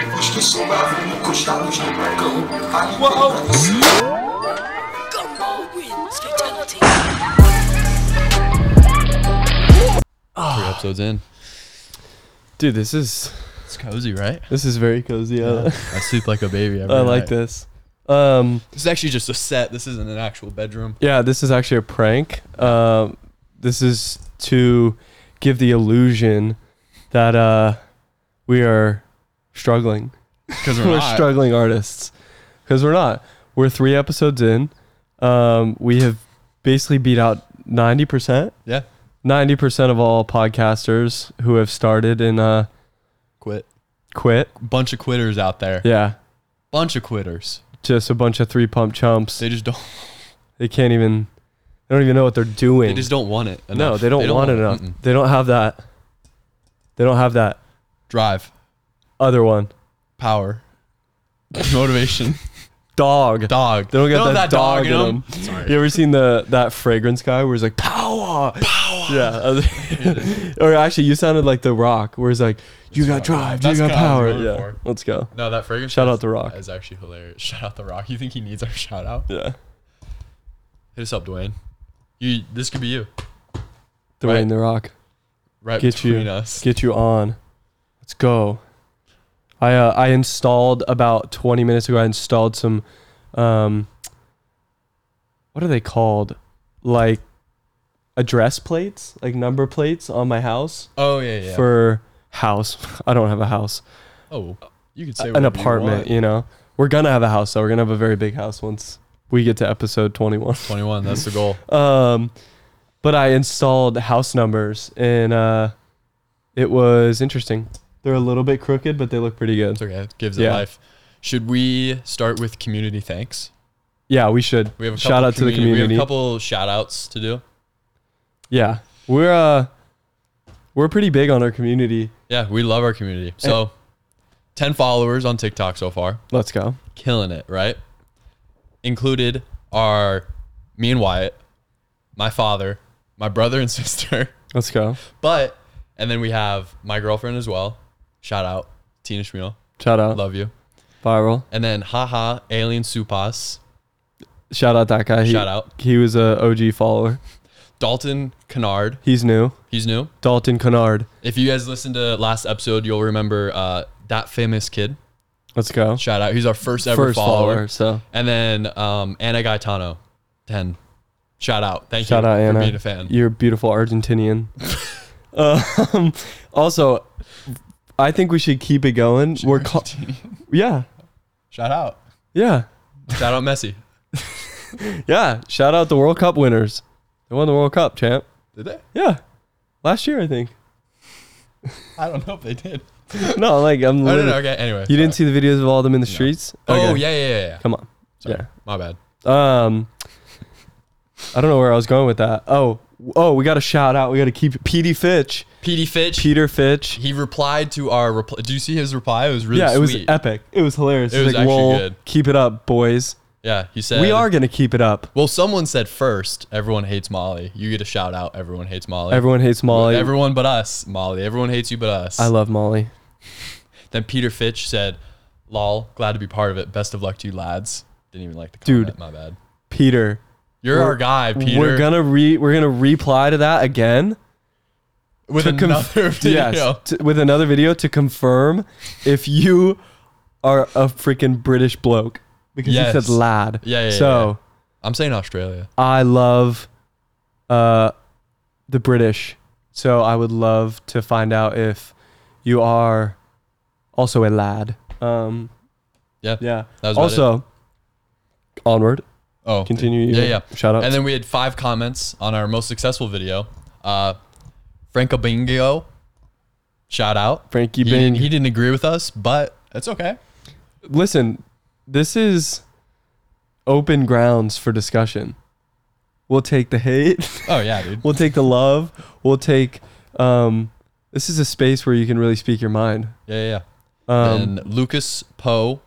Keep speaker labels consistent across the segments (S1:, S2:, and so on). S1: Ensolável, encostados no balcão, a
S2: Uau!
S1: liberdade.
S3: Gumball wins fatality.
S4: Three episodes in.
S2: Dude, this is
S5: It's cozy, right?
S2: this is very cozy. I-
S5: I sleep like a baby. Every
S2: I like
S5: night.
S2: this. Um,
S4: This is actually just a set. This isn't an actual bedroom.
S2: yeah, this is actually a prank. Um, this is to give the illusion that uh, we are struggling.
S4: Because
S2: we're struggling artists because we're not. We're three episodes in. Um, we have basically beat out ninety percent.
S4: Yeah.
S2: ninety percent of all podcasters who have started and uh,
S4: Quit.
S2: quit.
S4: Bunch of quitters out there.
S2: Yeah,
S4: Bunch of quitters.
S2: just a bunch of three pump chumps.
S4: They just don't.
S2: They can't even. They don't even know what they're doing.
S4: They just don't want it. Enough.
S2: no, they don't, want it enough.
S4: Mm-mm.
S2: They don't have that. They don't have that
S4: Drive,
S2: other one.
S4: power, motivation,
S2: Dog.
S4: dog.
S2: They don't get that, dog, in
S4: them.
S2: them. You ever seen the that fragrance guy where he's like power, power? Yeah. I was- or actually, you sounded like The Rock, where he's like, "You got drive, you
S4: That's
S2: got
S4: what I was
S2: power."
S4: going
S2: Yeah.
S4: for.
S2: Let's go.
S4: No, that fragrance.
S2: Shout out
S4: is-
S2: The Rock.
S4: Is actually hilarious. Shout out the rock. You think he needs our shout out?
S2: Yeah.
S4: Hit us up, Dwayne. You. This could be you.
S2: Dwayne
S4: Right.
S2: The Rock,
S4: Right
S2: get
S4: between
S2: you,
S4: us.
S2: get you on. Let's go. I uh, I installed about 20 minutes ago. I installed some, um, what are they called? Like address plates, like number plates on my house
S4: oh yeah yeah.
S2: for house. I don't have a house.
S4: oh, you could say
S2: an
S4: whatever you
S2: apartment,
S4: want.
S2: you, know. We're gonna have a house though. We're gonna have a very big house once we get to episode 21.
S4: Twenty-one. That's the goal.
S2: Um but I installed house numbers and uh it was interesting. They're a little bit crooked, but they look pretty good.
S4: It's okay. It gives it
S2: Yeah.
S4: life. Should we start with community thanks?
S2: Yeah, we should.
S4: We have a couple
S2: Shout out to the community.
S4: We have a couple shout outs to do.
S2: yeah. We're uh we're pretty big on our community.
S4: Yeah, we love our community.
S2: Eh.
S4: So, 10 followers on TikTok so far.
S2: Let's go.
S4: Killing it, right? Included are me and Wyatt, my father, my brother and sister.
S2: Let's go.
S4: But, and then we have my girlfriend as well. Shout out, Tina Schmiel.
S2: Shout out.
S4: Love you.
S2: Viral.
S4: And then, haha, Alien Supas,
S2: Shout out that guy. He,
S4: Shout out.
S2: He was a OG follower.
S4: Dalton Kennard.
S2: He's new.
S4: He's new.
S2: Dalton Kennard.
S4: If you guys listened to last episode, you'll remember uh, that famous kid.
S2: Let's go.
S4: Shout out. He's our first ever
S2: First
S4: follower.
S2: follower so
S4: And then um, Anna Gaetano, 10. Shout out. Thank
S2: Shout
S4: you
S2: out
S4: for
S2: Anna.
S4: being a fan.
S2: You're a beautiful Argentinian. um, also, I think we should keep it going. We're ca- yeah,
S4: Shout out.
S2: yeah,
S4: Shout out Messi.
S2: yeah. Shout out the World Cup winners. They won the World Cup, champ.
S4: Did they?
S2: Yeah, last year I think.
S4: I don't know if they did.
S2: No, like I'm.
S4: I don't
S2: literally-
S4: know. Okay, anyway.
S2: You didn't see the videos of all them in the streets?
S4: Oh,
S2: Okay.
S4: yeah, yeah, yeah. yeah.
S2: Come on.
S4: Sorry.
S2: Yeah.
S4: My bad.
S2: Um, I don't know where I was going with that. Oh, oh, we got to shout out. We got to keep PD Fitch,
S4: PD Fitch.
S2: Peter Fitch.
S4: he replied to our reply. Do you see his reply? It was really
S2: Yeah, it was
S4: sweet.
S2: epic. It was hilarious.
S4: It
S2: He's
S4: was
S2: like,
S4: actually
S2: "Lol,
S4: good.
S2: Keep it up, boys.
S4: yeah, he said.
S2: We are gonna keep it up.
S4: Well, someone said first, everyone hates Molly. You get a shout out. Everyone hates Molly.
S2: Everyone hates Molly.
S4: Everyone but us, Molly. Everyone hates you but us.
S2: I love Molly.
S4: Then Peter Fitch said, "Lol, glad to be part of it. Best of luck to you, lads." Didn't even like the
S2: Dude.
S4: comment. My bad.
S2: Peter,
S4: You're
S2: We're-
S4: our guy, Peter.
S2: we're gonna re we're gonna reply to that again.
S4: with
S2: to conf-
S4: another video.
S2: Yes, t- with another video to confirm if you are a freaking British bloke because
S4: Yes.
S2: he said lad.
S4: Yeah, yeah,
S2: So
S4: yeah. I'm saying Australia.
S2: I love, uh, the British. So I would love to find out if you are also a lad. Um,
S4: Yeah.
S2: yeah.
S4: That was about
S2: Also, onward.
S4: Oh,
S2: Continue.
S4: Yeah, yeah.
S2: Shout out.
S4: And then we had five comments on our most successful video. Uh, Franco Bingo, shout out.
S2: Frankie
S4: He didn't,
S2: Bing.
S4: he didn't agree with us, but that's okay.
S2: listen, this is open grounds for discussion. We'll take the hate.
S4: Oh yeah, dude.
S2: we'll take the love. We'll take. Um, this is a space where you can really speak your mind.
S4: Yeah, yeah. yeah.
S2: Um,
S4: and Lucas Poe,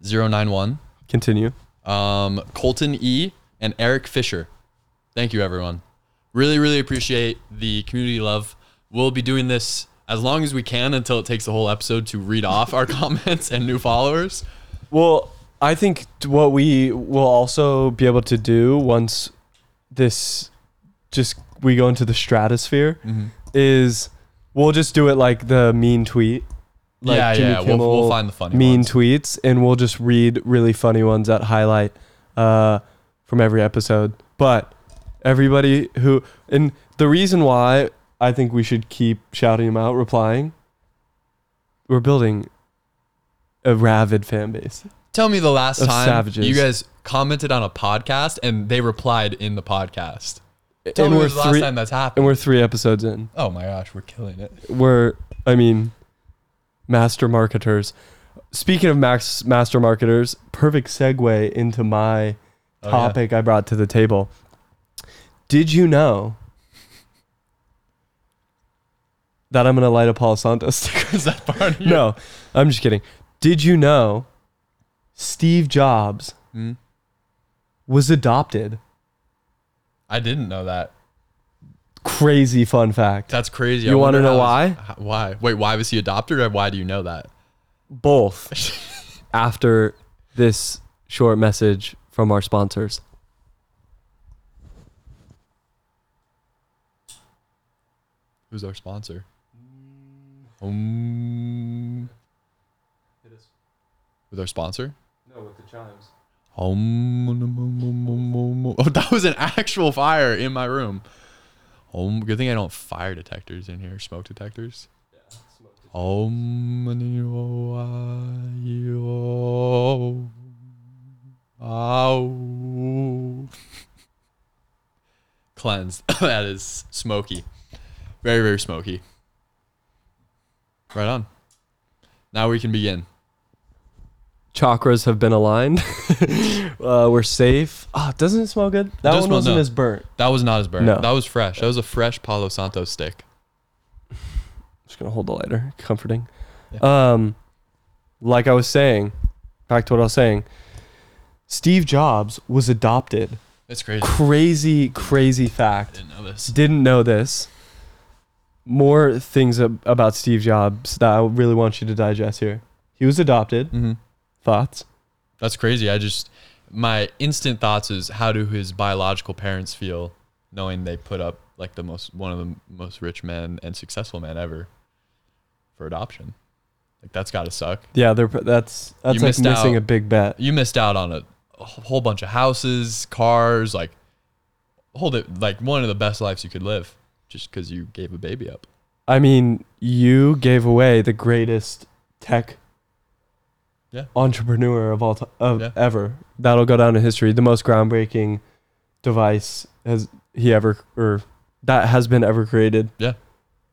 S4: 091.
S2: continue.
S4: um, Colton E, and Eric Fisher. Thank you, everyone. Really, really appreciate the community love. We'll be doing this as long as we can until it takes the whole episode to read off our comments and new followers.
S2: Well, I think t- what we will also be able to do once this just we go into the stratosphere
S4: Mm-hmm.
S2: is we'll just do it like the mean tweet. Like
S4: yeah,
S2: Jimmy
S4: yeah. We'll, we'll
S2: Kimmel
S4: find the funny
S2: mean
S4: ones.
S2: tweets and we'll just read really funny ones that highlight uh, from every episode. But everybody who and the reason why I think we should keep shouting them out, replying, we're building a rabid fan base.
S4: Tell me the last
S2: Of
S4: time
S2: savages.
S4: you guys commented on a podcast and they replied in the podcast. Tell
S2: and
S4: me
S2: we're
S4: when's the last
S2: three
S4: time that's
S2: and
S4: happened.
S2: we're three episodes in.
S4: oh my gosh, we're killing it.
S2: We're I mean master marketers. Speaking of max master marketers, perfect segue into my
S4: Oh, yeah.
S2: topic I brought to the table. Did you know that I'm gonna light a Paul Santos sticker?
S4: Is that part of your-
S2: no, I'm just kidding. Did you know Steve Jobs
S4: Mm.
S2: was adopted?
S4: I didn't know that.
S2: Crazy fun fact.
S4: That's crazy. I
S2: You wanna
S4: wonder
S2: know
S4: how
S2: why?
S4: this- how- Why? Wait, why was he adopted or why do you know that?
S2: both after this short message from our sponsors.
S4: Who's our sponsor? Um, with our sponsor?
S2: No, with the chimes.
S4: Um, um, um, um, um, um, um. Oh, that was an actual fire in my room. Um, good thing I don't have fire detectors in here, smoke detectors. Um, and you are- you are- ow. Cleansed. that is smoky. Very, very smoky. Right on. Now we can begin.
S2: Chakras have been aligned. uh, we're safe. Oh, doesn't it smell good? That
S4: does
S2: one
S4: smell
S2: wasn't
S4: good.
S2: as burnt.
S4: That was not as burnt.
S2: No.
S4: That was fresh. That was a fresh Palo Santo stick.
S2: just gonna hold the lighter. Comforting. Um, like I was saying, back to what I was saying. Steve Jobs was adopted.
S4: That's crazy.
S2: Crazy, crazy fact.
S4: Didn't know this.
S2: didn't know this. More things ab- about Steve Jobs that I really want you to digest here. He was adopted.
S4: Mhm.
S2: Thoughts?
S4: That's crazy. I just my instant thoughts is how do his biological parents feel knowing they put up like the most one of the most rich men and successful men ever for adoption. Like that's got to suck.
S2: Yeah, they're, pr- that's that's like
S4: missed
S2: missing
S4: out.
S2: a big bet.
S4: You missed out on a, a whole bunch of houses, cars, like hold it like one of the best lives you could live just cuz you gave a baby up.
S2: I mean, you gave away the greatest tech
S4: Yeah.
S2: entrepreneur of all time of
S4: Yeah.
S2: ever. That'll go down in history. The most groundbreaking device has he ever or that has been ever created.
S4: Yeah.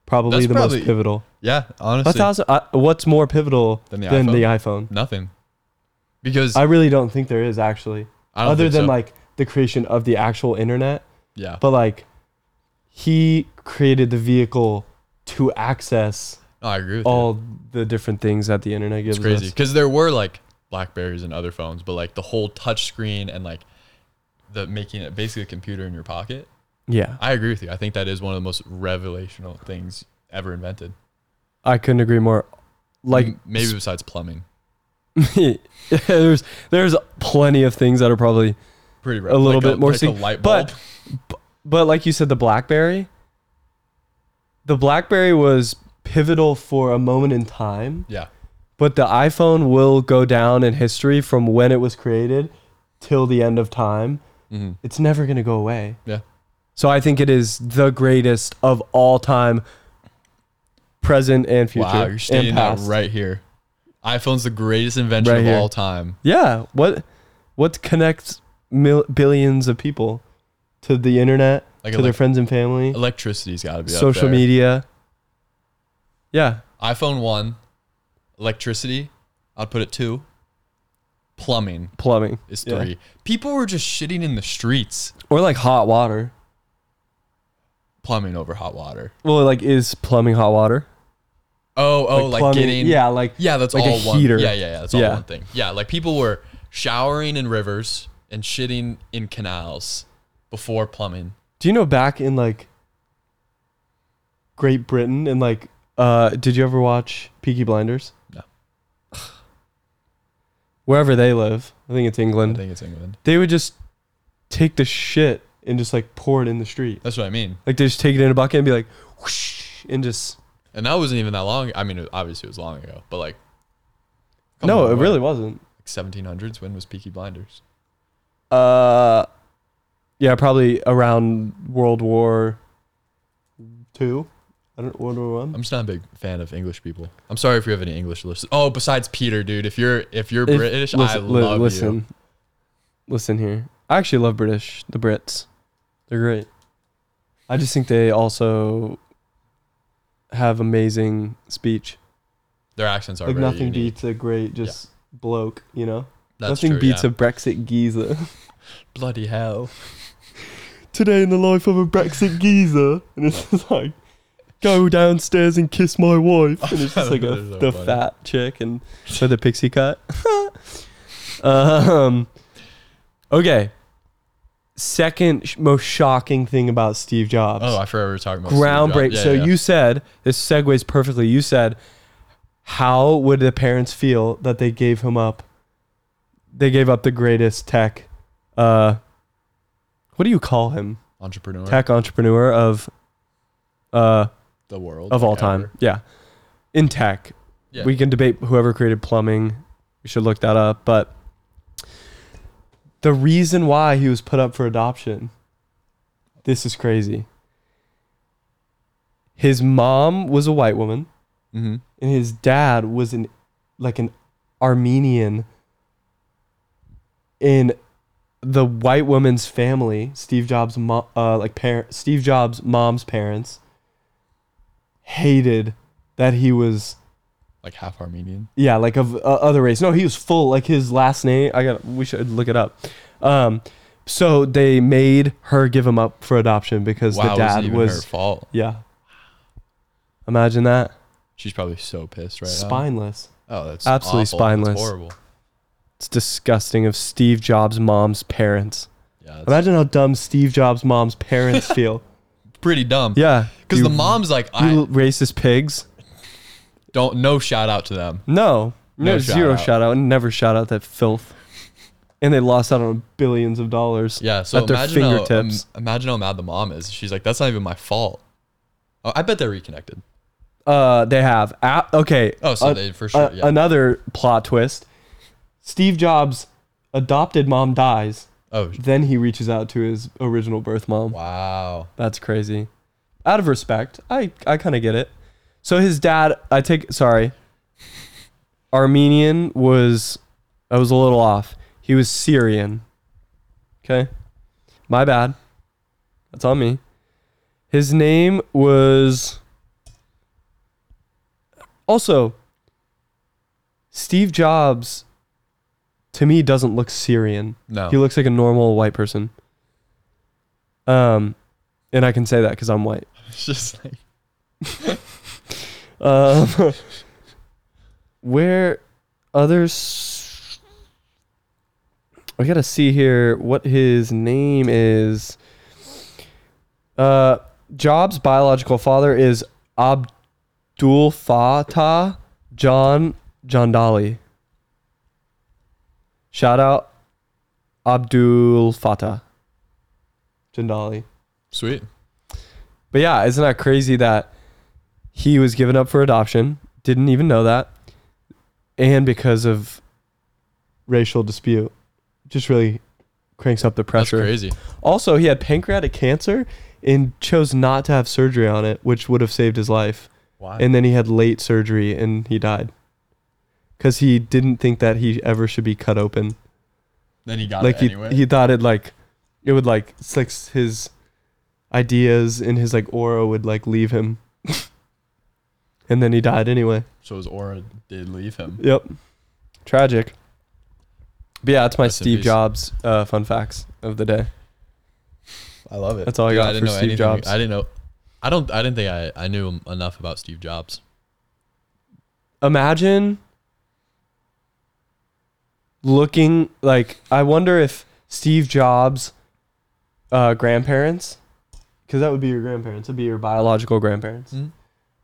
S2: Probably
S4: That's
S2: the
S4: probably-
S2: most pivotal.
S4: Yeah,
S2: That's
S4: honestly.
S2: also, uh, what's more pivotal
S4: Than
S2: than
S4: the
S2: the,
S4: iPhone.
S2: iPhone?
S4: Nothing. Because
S2: I really don't think there is actually,
S4: I don't
S2: other
S4: think
S2: than
S4: so.
S2: like the creation of the actual internet.
S4: yeah.
S2: But like, he created the vehicle to access
S4: No, I agree with you.
S2: all the different things that the internet gives
S4: It's crazy
S2: us.
S4: because there were like Blackberries and other phones, but like the whole touch screen and like the making it basically a computer in your pocket.
S2: Yeah,
S4: I agree with you. I think that is one of the most revelational things ever invented.
S2: I couldn't agree more. Like,
S4: M- maybe besides plumbing,
S2: there's there's plenty of things that are probably,
S4: pretty rev-
S2: A little
S4: like
S2: bit more
S4: like a
S2: sig-
S4: light bulb.
S2: but- but like you said, the BlackBerry. The BlackBerry was pivotal for a moment in time.
S4: yeah,
S2: But the iPhone will go down in history from when it was created till the end of time.
S4: Mm-hmm.
S2: It's never going to go away.
S4: yeah,
S2: So I think it is the greatest of all time, present and future.
S4: wow, you're stating
S2: and
S4: that
S2: past.
S4: right here. iPhone's the greatest invention
S2: Right
S4: of
S2: here.
S4: all time.
S2: Yeah. What what connects mil- billions of people to the internet,
S4: Like
S2: to their
S4: elec-
S2: friends and family,
S4: Electricity's got to be up
S2: social
S4: there.
S2: media? Yeah.
S4: iPhone one, electricity. I'd put it two. Plumbing
S2: Plumbing.
S4: is
S2: Yeah.
S4: three. People were just shitting in the streets.
S2: Or like hot water.
S4: plumbing over hot water.
S2: Well, like is plumbing hot water?
S4: Oh, oh, like,
S2: plumbing,
S4: getting
S2: Yeah, like
S4: yeah, that's
S2: like
S4: all
S2: a
S4: one.
S2: heater.
S4: Yeah, yeah, yeah, that's all
S2: Yeah.
S4: one thing. Yeah, like people were showering in rivers and shitting in canals before plumbing.
S2: Do you know back in like Great Britain and like Uh, did you ever watch Peaky Blinders?
S4: No.
S2: Wherever they live, I think it's
S4: I
S2: England.
S4: think it's England.
S2: they would just take the shit and just like pour it in the street.
S4: That's what I mean.
S2: Like they just take it in a bucket and be like, whoosh, and just.
S4: And that wasn't even that long. I mean, it- obviously it was long ago, but like. come
S2: no,
S4: on,
S2: it
S4: what?
S2: really wasn't.
S4: Like 1700s. When was Peaky Blinders?
S2: Uh, yeah, probably around World War Two. I don't World War One.
S4: I'm just not a big fan of English people. I'm sorry if you have any English listeners. Oh, besides Peter, dude, if you're if you're
S2: If-
S4: British, I
S2: li-
S4: love
S2: listen,
S4: you.
S2: Listen here. I actually love British, the Brits. They're great. I just think they also have amazing speech.
S4: Their accents are
S2: like
S4: very
S2: nothing
S4: unique.
S2: beats a great just bloke, you know?
S4: That's
S2: nothing
S4: true,
S2: beats
S4: yeah.
S2: a Brexit geezer.
S4: bloody hell.
S2: Today in the life of a Brexit geezer. And it's just like, go downstairs and kiss my wife. And it's just like a,
S4: That is so
S2: the
S4: funny.
S2: fat chick and with the pixie cut. um, okay. Second sh- most shocking thing about Steve Jobs.
S4: Oh, I forgot we were talking about Steve Jobs.
S2: groundbreak.
S4: Yeah,
S2: so
S4: yeah.
S2: you said this segues perfectly. You said, how would the parents feel that they gave him up? They gave up the greatest tech. Uh, what do you call him?
S4: entrepreneur
S2: Tech entrepreneur of, uh,
S4: the world
S2: of all
S4: like,
S2: time.
S4: ever.
S2: Yeah, in tech.
S4: Yeah.
S2: We can debate whoever created plumbing. We should look that up. But the reason why he was put up for adoption, this is crazy. His mom was a white woman,
S4: Mhm.
S2: and his dad was an like an Armenian. In the white woman's family, Steve Jobs' mom, uh, like parent, Steve Jobs' mom's parents, hated that he was
S4: like half Armenian.
S2: yeah, like of uh, other race. No, he was full. Like his last name, I got. We should look it up. Um, so they made her give him up for adoption because
S4: Wow,
S2: the
S4: it wasn't
S2: dad
S4: even
S2: was.
S4: her fault.
S2: Yeah. Imagine that.
S4: She's probably so pissed right now.
S2: Spineless.
S4: Oh, that's
S2: Absolutely
S4: awful. That's
S2: spineless.
S4: horrible.
S2: It's disgusting. Of Steve Jobs' mom's parents.
S4: Yeah, that's
S2: Imagine how dumb Steve Jobs' mom's parents feel.
S4: pretty dumb.
S2: Yeah.
S4: because
S2: you-
S4: the mom's like,
S2: You
S4: I
S2: l- racist pigs.
S4: don't. No shout out to them.
S2: No. No,
S4: No
S2: zero
S4: shout-out.
S2: shout out. Never shout out that filth. And they lost out on billions of dollars.
S4: Yeah, so
S2: at their
S4: imagine how, um,
S2: fingertips.
S4: imagine how mad the mom is. She's like, that's not even my fault. Oh, I bet they're reconnected.
S2: Uh, they have. A- okay.
S4: Oh, so
S2: a-
S4: they for sure.
S2: a-
S4: yeah.
S2: Another plot twist: Steve Jobs' adopted mom dies.
S4: oh,
S2: Then he reaches out to his original birth mom.
S4: wow.
S2: That's crazy. Out of respect, I I kind of get it. So his dad, I take sorry. Armenian was, I was a little off. He was Syrian. Okay, my bad. That's on me. His name was. Also, Steve Jobs, to me, doesn't look Syrian.
S4: No.
S2: He looks like a normal white person. Um, and I can say that because I'm white.
S4: It's just like
S2: Um, where others? I gotta see here what his name is. Uh, Job's biological father is Abdul Fattah John Jandali. Shout out Abdul Fattah Jandali.
S4: sweet.
S2: But yeah, isn't that crazy that he was given up for adoption? Didn't even know that. And because of racial dispute, just really cranks up the
S4: That's
S2: pressure.
S4: crazy.
S2: Also, he had pancreatic cancer and chose not to have surgery on it, which would have saved his life.
S4: Why?
S2: And then he had late surgery and he died. Because he didn't think that he ever should be cut open.
S4: then he got
S2: Like
S4: it
S2: he,
S4: anyway.
S2: he thought it like it would like like his ideas and his like aura would like leave him and then he died anyway
S4: so his aura did leave him.
S2: yep tragic but yeah that's my
S4: Rest in
S2: steve
S4: peace.
S2: jobs uh, fun facts of the day
S4: I love it.
S2: That's all I got for
S4: didn't know
S2: Steve
S4: anything-
S2: Jobs.
S4: I didn't know. I don't. I didn't think I, I knew em- enough about Steve Jobs.
S2: imagine looking like I wonder if Steve Jobs' uh, grandparents, because that would be your grandparents, it'd be your biological grandparents.
S4: Mhm.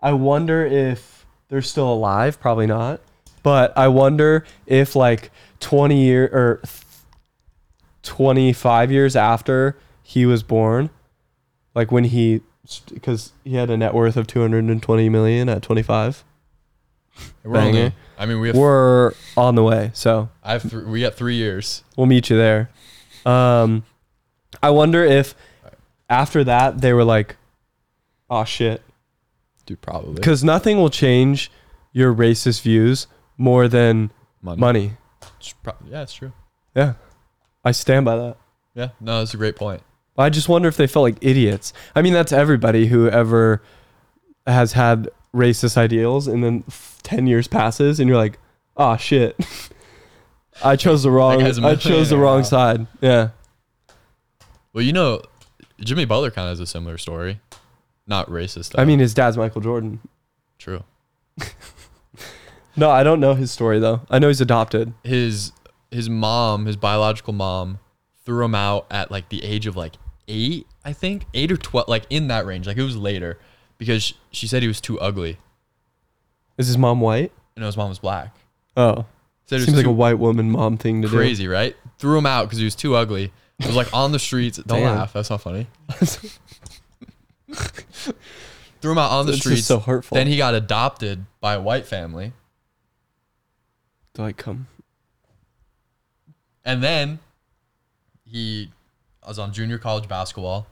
S2: I wonder if they're still alive. Probably not. But I wonder if like 20 year or th- 25 years after he was born, like when he, because he had a net worth of 220 million at 25,
S4: We're on
S2: Banger.
S4: the- I mean, we have
S2: we're on the way. So
S4: I have th- we got three years.
S2: we'll meet you there. Um, I wonder if after that they were like, oh shit,
S4: Dude, probably
S2: because nothing will change your racist views more than
S4: money.
S2: money.
S4: It's pro- yeah, it's true.
S2: Yeah, I stand by that.
S4: Yeah, no, that's a great point.
S2: I just wonder if they felt like idiots. I mean, that's everybody who ever has had racist ideals, and then f- ten years passes, and you're like, oh shit, I chose the wrong,
S4: guy's a
S2: I chose
S4: millionaire
S2: the wrong
S4: now."
S2: side. Yeah.
S4: Well, you know, Jimmy Butler kind of has a similar story. Not racist. Though.
S2: I mean, his dad's Michael Jordan.
S4: true.
S2: No, I don't know his story though. I know he's adopted.
S4: His his mom, his biological mom, threw him out at like the age of like eight, I think, eight or twelve, like in that range. Like it was later because sh- she said he was too ugly.
S2: Is his mom white?
S4: You know, his mom was black.
S2: Oh,
S4: Said he
S2: seems like
S4: too
S2: a white woman mom thing to
S4: crazy, right? Threw him out because he was too ugly. It was like on the streets. Don't
S2: Damn.
S4: laugh. That's not funny.
S2: do.
S4: Threw him out on the
S2: It's just
S4: streets.
S2: so hurtful.
S4: Then he got adopted by a white family.
S2: Do I come?
S4: And then he was on junior college basketball,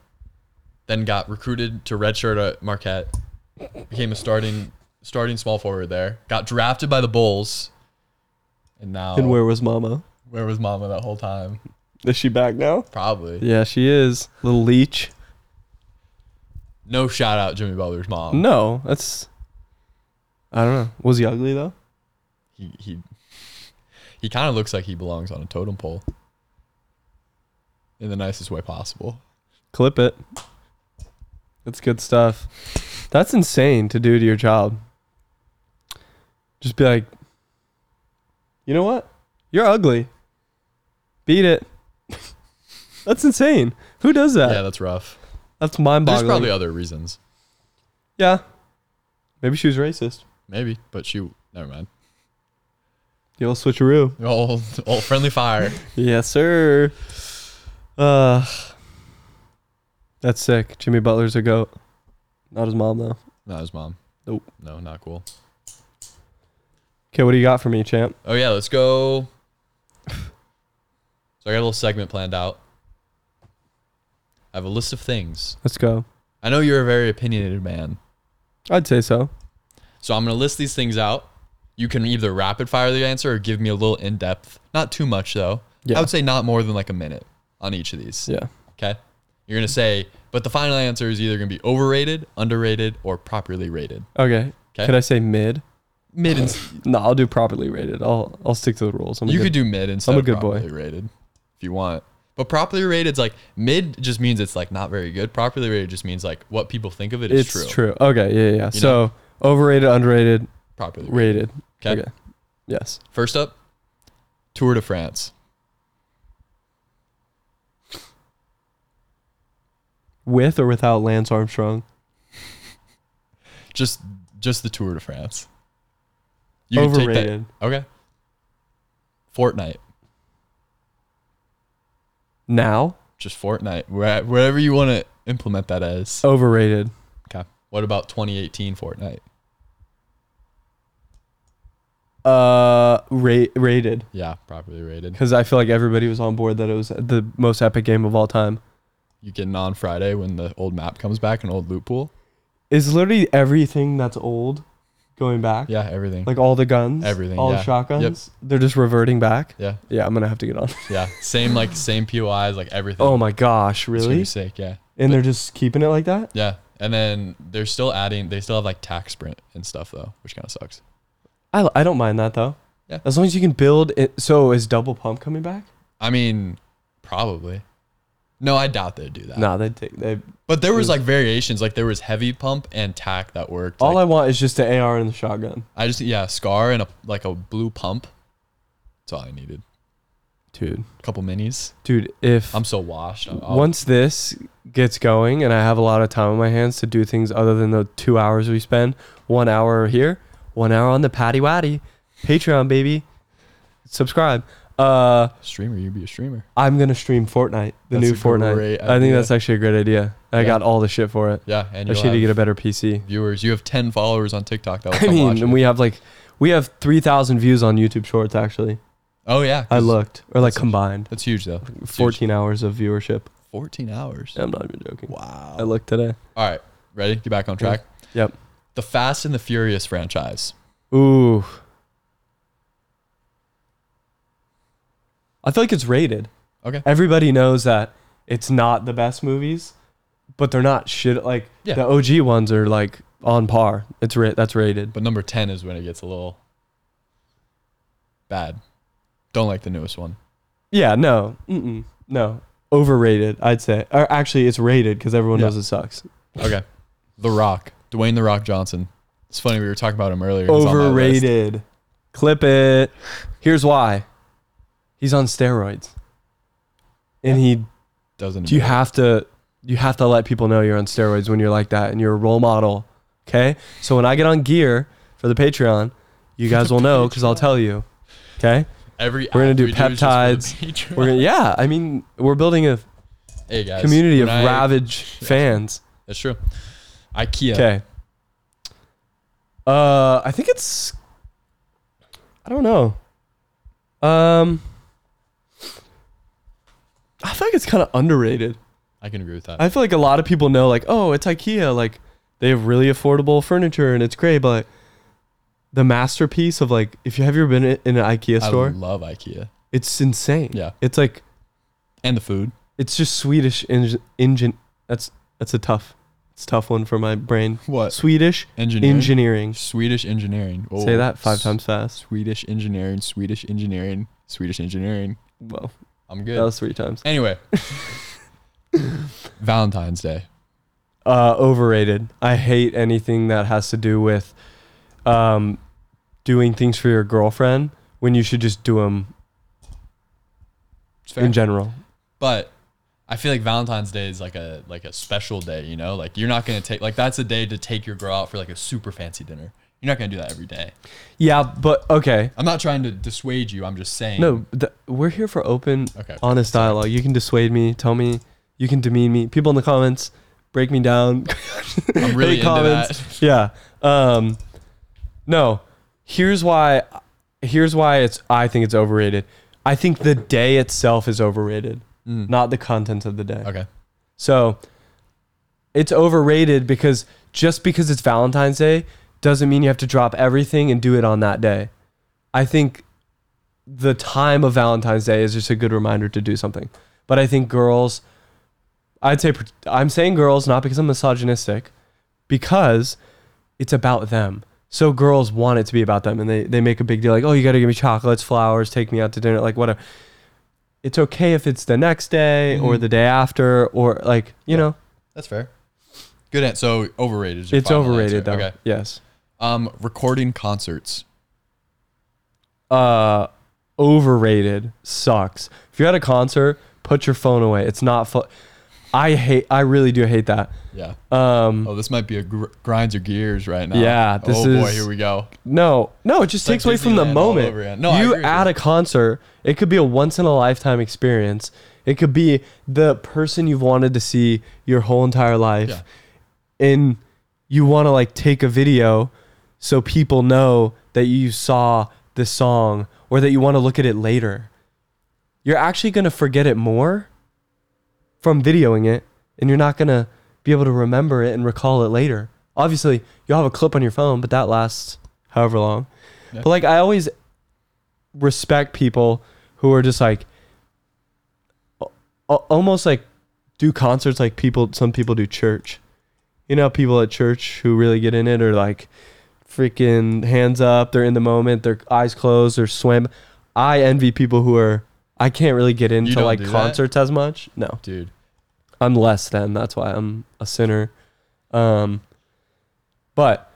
S4: then got recruited to redshirt at Marquette, became a starting starting small forward there, got drafted by the Bulls, and now
S2: And where was Mama?
S4: where was Mama that whole time?
S2: Is she back now?
S4: Probably.
S2: Yeah, she is. Little leech.
S4: No shout out Jimmy Butler's mom.
S2: No, that's. I don't know. Was he ugly though?
S4: He he he kind of looks like he belongs on a totem pole. In the nicest way possible.
S2: Clip it. That's good stuff. That's insane to do to your child. Just be like, you know what? You're ugly. Beat it. That's insane. Who does that?
S4: Yeah, that's rough.
S2: That's mind
S4: There's probably
S2: boggling.
S4: other reasons.
S2: Yeah. Maybe she was racist.
S4: Maybe, but she never mind.
S2: The old switcheroo.
S4: Old old friendly fire.
S2: Yes, sir. Uh, that's sick. Jimmy Butler's a goat. Not his mom though.
S4: Not his mom.
S2: Nope.
S4: No, not cool.
S2: Okay, what do you got for me, champ?
S4: Oh yeah, let's go. So I got a little segment planned out. I have a list of things.
S2: Let's go.
S4: I know you're a very opinionated man,
S2: I'd say so.
S4: so I'm gonna list these things out. You can either rapid fire the answer or give me a little in depth. Not too much though.
S2: Yeah.
S4: I would say not more than like a minute on each of these.
S2: Yeah.
S4: Okay. You're gonna say, but the final answer is either gonna be overrated, underrated, or properly rated.
S2: Okay.
S4: 'Kay.
S2: Could I say mid?
S4: Mid and
S2: No, I'll do properly rated. I'll I'll stick to the rules. I'm a
S4: You
S2: good-
S4: could do mid instead
S2: I'm a
S4: of
S2: good boy.
S4: properly rated if you want. But properly rated's like mid just means it's like not very good. Properly rated just means like what people think of it is
S2: It's
S4: true.
S2: true. Okay. Yeah. Yeah. yeah.
S4: You
S2: So overrated, underrated,
S4: Properly rated.
S2: rated.
S4: 'Kay.
S2: Yes.
S4: First up, Tour de France.
S2: With or without Lance Armstrong?
S4: Just just the Tour de France. can take that-
S2: overrated.
S4: Okay. Fortnite.
S2: Now
S4: Just Fortnite. Where- Wherever you want to implement that as.
S2: overrated.
S4: Okay. What about 2018 Fortnite?
S2: Uh, ra- rated.
S4: Yeah, properly rated.
S2: Because I feel like everybody was on board that it was the most epic game of all time.
S4: You getting on Friday when the old map comes back, an old loop pool?
S2: Is literally everything that's old going back.
S4: Yeah, everything.
S2: Like all the guns,
S4: Everything,
S2: all
S4: yeah.
S2: the
S4: Yep.
S2: shotguns, they're just reverting back.
S4: yeah.
S2: Yeah, I'm gonna have to get on.
S4: Yeah, same like same POIs, like everything.
S2: Oh my gosh,
S4: It's gonna be
S2: really?
S4: sick. Yeah,
S2: And they're just keeping it like that?
S4: yeah. And then they're still adding. They still have like tax sprint and stuff though, which kind of sucks.
S2: I, I don't mind that though.
S4: Yeah.
S2: As long as you can build it. So is double pump coming back?
S4: I mean, probably. No, I doubt they'd do that.
S2: No, they take they.
S4: But there
S2: Mm.
S4: was like variations. Like there was heavy pump and tack that worked.
S2: All I
S4: like,
S2: want is just the AR and the shotgun.
S4: I, just yeah, scar and a like a blue pump. That's all I needed.
S2: dude,
S4: couple minis.
S2: dude. If
S4: I'm so washed. I'll- I'll-
S2: once this gets going and I have a lot of time on my hands to do things other than the two hours we spend, one hour here, one hour on the patty waddy, Patreon baby, subscribe. Uh,
S4: streamer, you'd be a streamer.
S2: I'm gonna stream Fortnite, the
S4: That's
S2: new
S4: a
S2: Fortnite.
S4: great
S2: I think
S4: idea.
S2: that's actually a great idea. I
S4: Yeah.
S2: got all the shit for it.
S4: Yeah, and
S2: I
S4: you
S2: just need to
S4: have
S2: get a better PC.
S4: viewers. You have 10 followers on TikTok. That
S2: I mean, and we have like we have three thousand views on YouTube Shorts actually.
S4: Oh yeah,
S2: I
S4: 'cause
S2: looked, or like
S4: that's-
S2: combined,
S4: That's huge though. It's huge.
S2: fourteen hours of viewership.
S4: 14 hours.
S2: I'm not even joking.
S4: Wow.
S2: I looked today.
S4: All right, ready? Get back on track.
S2: Yep.
S4: The Fast and the Furious franchise.
S2: Ooh. I feel like it's rated.
S4: Okay.
S2: Everybody knows that it's not the best movies, but they're not shit. Like
S4: Yeah.
S2: the OG ones are like on par. It's ra- that's rated.
S4: But number 10 is when it gets a little bad. Don't like the newest one.
S2: Yeah, no, mm-mm, no, overrated. I'd say, or actually, it's rated because everyone
S4: Yeah.
S2: knows it sucks.
S4: Okay. the Rock. Dwayne The Rock Johnson. It's funny we were talking about him earlier. He's on my list.
S2: Overrated. Clip it. Here's why. He's on steroids, and he
S4: Doesn't
S2: Do you have to you have to let people know you're on steroids when you're like that and you're a role model. Okay? So when I get on gear for the Patreon, you guys will know because I'll tell you. Okay?
S4: every
S2: We're gonna
S4: ad
S2: do
S4: we is just for the
S2: peptides.
S4: Patreon.
S2: We're gonna, yeah, I mean we're building a
S4: hey guys,
S2: community of
S4: when I-
S2: ravage fans.
S4: That's true. IKEA.
S2: Okay. Uh I think it's I don't know. Um I feel like it's kinda underrated.
S4: I can agree with that.
S2: I feel like a lot of people know, like, oh, it's IKEA. Like, they have really affordable furniture and it's great. But like, the masterpiece of like, if you have you ever been in an IKEA
S4: I
S2: store,
S4: love IKEA
S2: it's insane.
S4: Yeah.
S2: it's like
S4: and the food.
S2: it's just Swedish engine. engine that's that's a tough, it's a tough one for my brain.
S4: What?
S2: Swedish
S4: Engineering.
S2: engineering.
S4: Swedish engineering. Oh,
S2: Say that five
S4: S-
S2: times fast.
S4: Swedish engineering. Swedish engineering. Swedish engineering.
S2: Well,
S4: I'm
S2: that
S4: good.
S2: was three times.
S4: Anyway, Valentine's Day.
S2: Uh, overrated. I hate anything that has to do with um, doing things for your girlfriend when you should just do them
S4: It's fair.
S2: in general.
S4: but I feel like Valentine's Day is like a like a special day. You know, like you're not gonna take like that's a day to take your girl out for like a super fancy dinner. You're not gonna do that every day.
S2: Yeah, but okay.
S4: I'm not trying to dissuade you. I'm just saying.
S2: No, th- we're here for open,
S4: Okay.
S2: honest dialogue. You can dissuade me, tell me, you can demean me. People in the comments, break me down.
S4: I'm really into that.
S2: yeah. Um, no, here's why. Here's why it's. I think it's overrated. I think the day itself is overrated,
S4: Mm.
S2: not the content of the day.
S4: Okay.
S2: So it's overrated because just because it's Valentine's Day doesn't mean you have to drop everything and do it on that day. I think the time of Valentine's Day is just a good reminder to do something. But I think girls, I'd say, pr- I'm saying girls not because I'm misogynistic, because it's about them. So girls want it to be about them and they, they make a big deal like, oh, you got to give me chocolates, flowers, take me out to dinner, like whatever it's okay if it's the next day or the day after or like you know
S4: That's fair. Good answer. So overrated. Is your
S2: it's
S4: final
S2: overrated
S4: answer.
S2: though
S4: Okay.
S2: yes
S4: Um, recording concerts.
S2: uh overrated sucks if you're at a concert put your phone away it's not fu- i hate i really do hate that
S4: Yeah.
S2: um
S4: Oh, this might be a gr- grinds your gears right now.
S2: Yeah, this
S4: oh boy,
S2: is-
S4: here we go.
S2: no no it just
S4: like
S2: takes away from the
S4: Disneyland all
S2: moment
S4: over again. No, I
S2: you
S4: agree with
S2: at
S4: you.
S2: a concert it could be a once in a lifetime experience it could be the person you've wanted to see your whole entire life
S4: Yeah.
S2: and you want to like take a video so people know that you saw the song or that you want to look at it later. You're actually going to forget it more from videoing it and you're not going to be able to remember it and recall it later. Obviously, you'll have a clip on your phone, but that lasts however long. But like I always respect people who are just like al- al- almost like do concerts like people some people do church you know people at church who really get in it are like freaking hands up they're in the moment their eyes closed they're swim i envy people who are i can't really get into
S4: don't
S2: like
S4: do that?
S2: concerts as much no
S4: Dude,
S2: i'm less than that's why i'm a sinner um but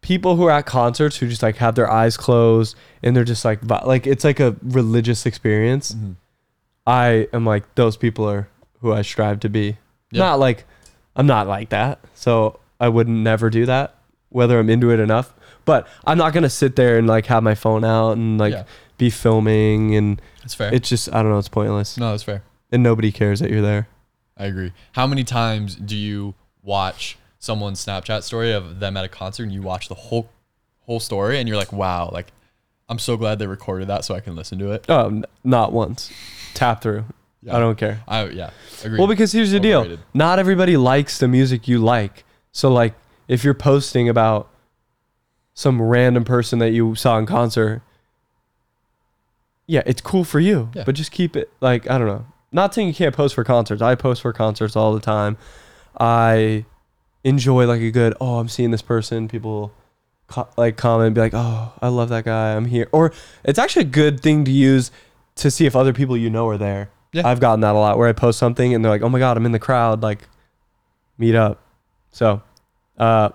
S2: people who are at concerts who just like have their eyes closed and they're just like vi- like it's like a religious experience.
S4: Mm-hmm.
S2: I am like those people are who I strive to be.
S4: Yeah.
S2: Not like I'm not like that. So I would never do that whether I'm into it enough. But I'm not going to sit there and like have my phone out and like
S4: Yeah.
S2: be filming and
S4: That's fair.
S2: it's just I don't know, it's pointless.
S4: no, that's fair.
S2: And nobody cares that you're there.
S4: I agree. How many times do you watch someone's Snapchat story of them at a concert and you watch the whole whole story and you're like, wow, like I'm so glad they recorded that so I can listen to it.
S2: Oh, n- not once. Tap through.
S4: Yeah.
S2: I don't care.
S4: I yeah, agree.
S2: Well, because here's the deal.
S4: Overrated.
S2: Not everybody likes the music you like. So like if you're posting about some random person that you saw in concert, yeah, it's cool for you.
S4: Yeah.
S2: But just keep it like, I don't know. Not saying you can't post for concerts. I post for concerts all the time. I enjoy like a good, oh, I'm seeing this person. People co- like comment and be like, "Oh, I love that guy. I'm here." Or it's actually a good thing to use to see if other people you know are there.
S4: Yeah.
S2: I've gotten that a lot where I post something and they're like, "Oh my god, I'm in the crowd. Like, meet up." So, uh,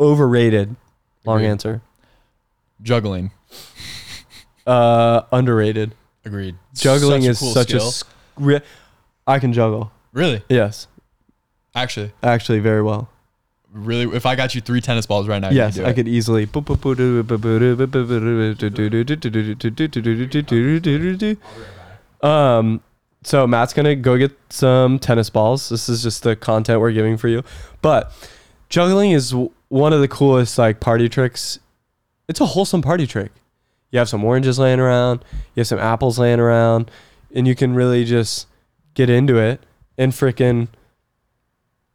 S2: overrated. Long
S4: Agreed.
S2: answer.
S4: juggling.
S2: Uh, underrated.
S4: Agreed.
S2: Juggling
S4: Such a
S2: is
S4: cool
S2: such
S4: skill.
S2: a. sc- re- I can juggle.
S4: really
S2: Yes,
S4: actually
S2: actually, very well.
S4: really. If I got you three tennis balls right now,
S2: Yes,
S4: you
S2: I
S4: could. do it.
S2: could easily. boop, boop, boop, doo, boop, boop, doo, boop, boop, doo, doo, doo, doo, doo, doo, doo, doo, doo, doo, doo, doo, doo, doo, doo. Um, so Matt's gonna go get some tennis balls. This is just the content we're giving for you, but juggling is w- one of the coolest like party tricks. It's a wholesome party trick. You have some oranges laying around, you have some apples laying around, and you can really just get into it and freaking.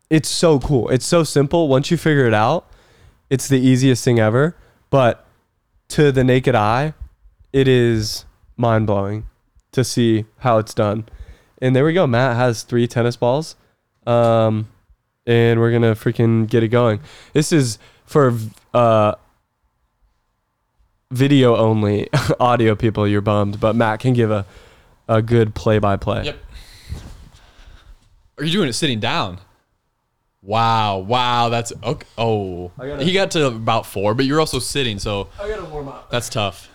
S2: It's so cool. It's so simple. Once you figure it out, it's the easiest thing ever, but to the naked eye, it is mind blowing to see how it's done. And there we go. Matt has three tennis balls. Um, and we're going to freaking get it going. This is for uh, video only. Audio people, you're bummed, but Matt can give a, a good play by play.
S4: Yep. Are you doing it sitting down? Wow, wow, that's okay. Oh,
S2: gotta-
S4: he got to about four, but you're also sitting, so
S2: I got to warm up.
S4: that's tough.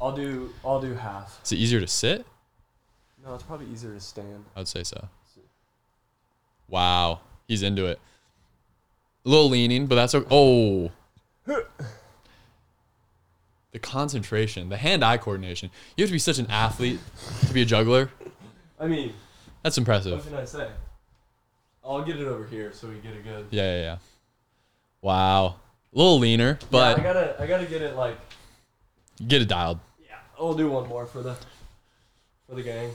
S2: I'll do I'll do half.
S4: Is it easier to sit?
S2: No, it's probably easier to stand.
S4: I would say so. Wow, he's into it. A little leaning, but that's okay. Oh, the concentration, the hand-eye coordination. You have to be such an athlete to be a juggler.
S2: I mean,
S4: That's impressive.
S2: I say? I'll get it over here so we get a good.
S4: Yeah, yeah, yeah. Wow, a little leaner, but
S2: gotta, I gotta get it like.
S4: get it dialed.
S2: Yeah, I'll do one more for the, for the gang.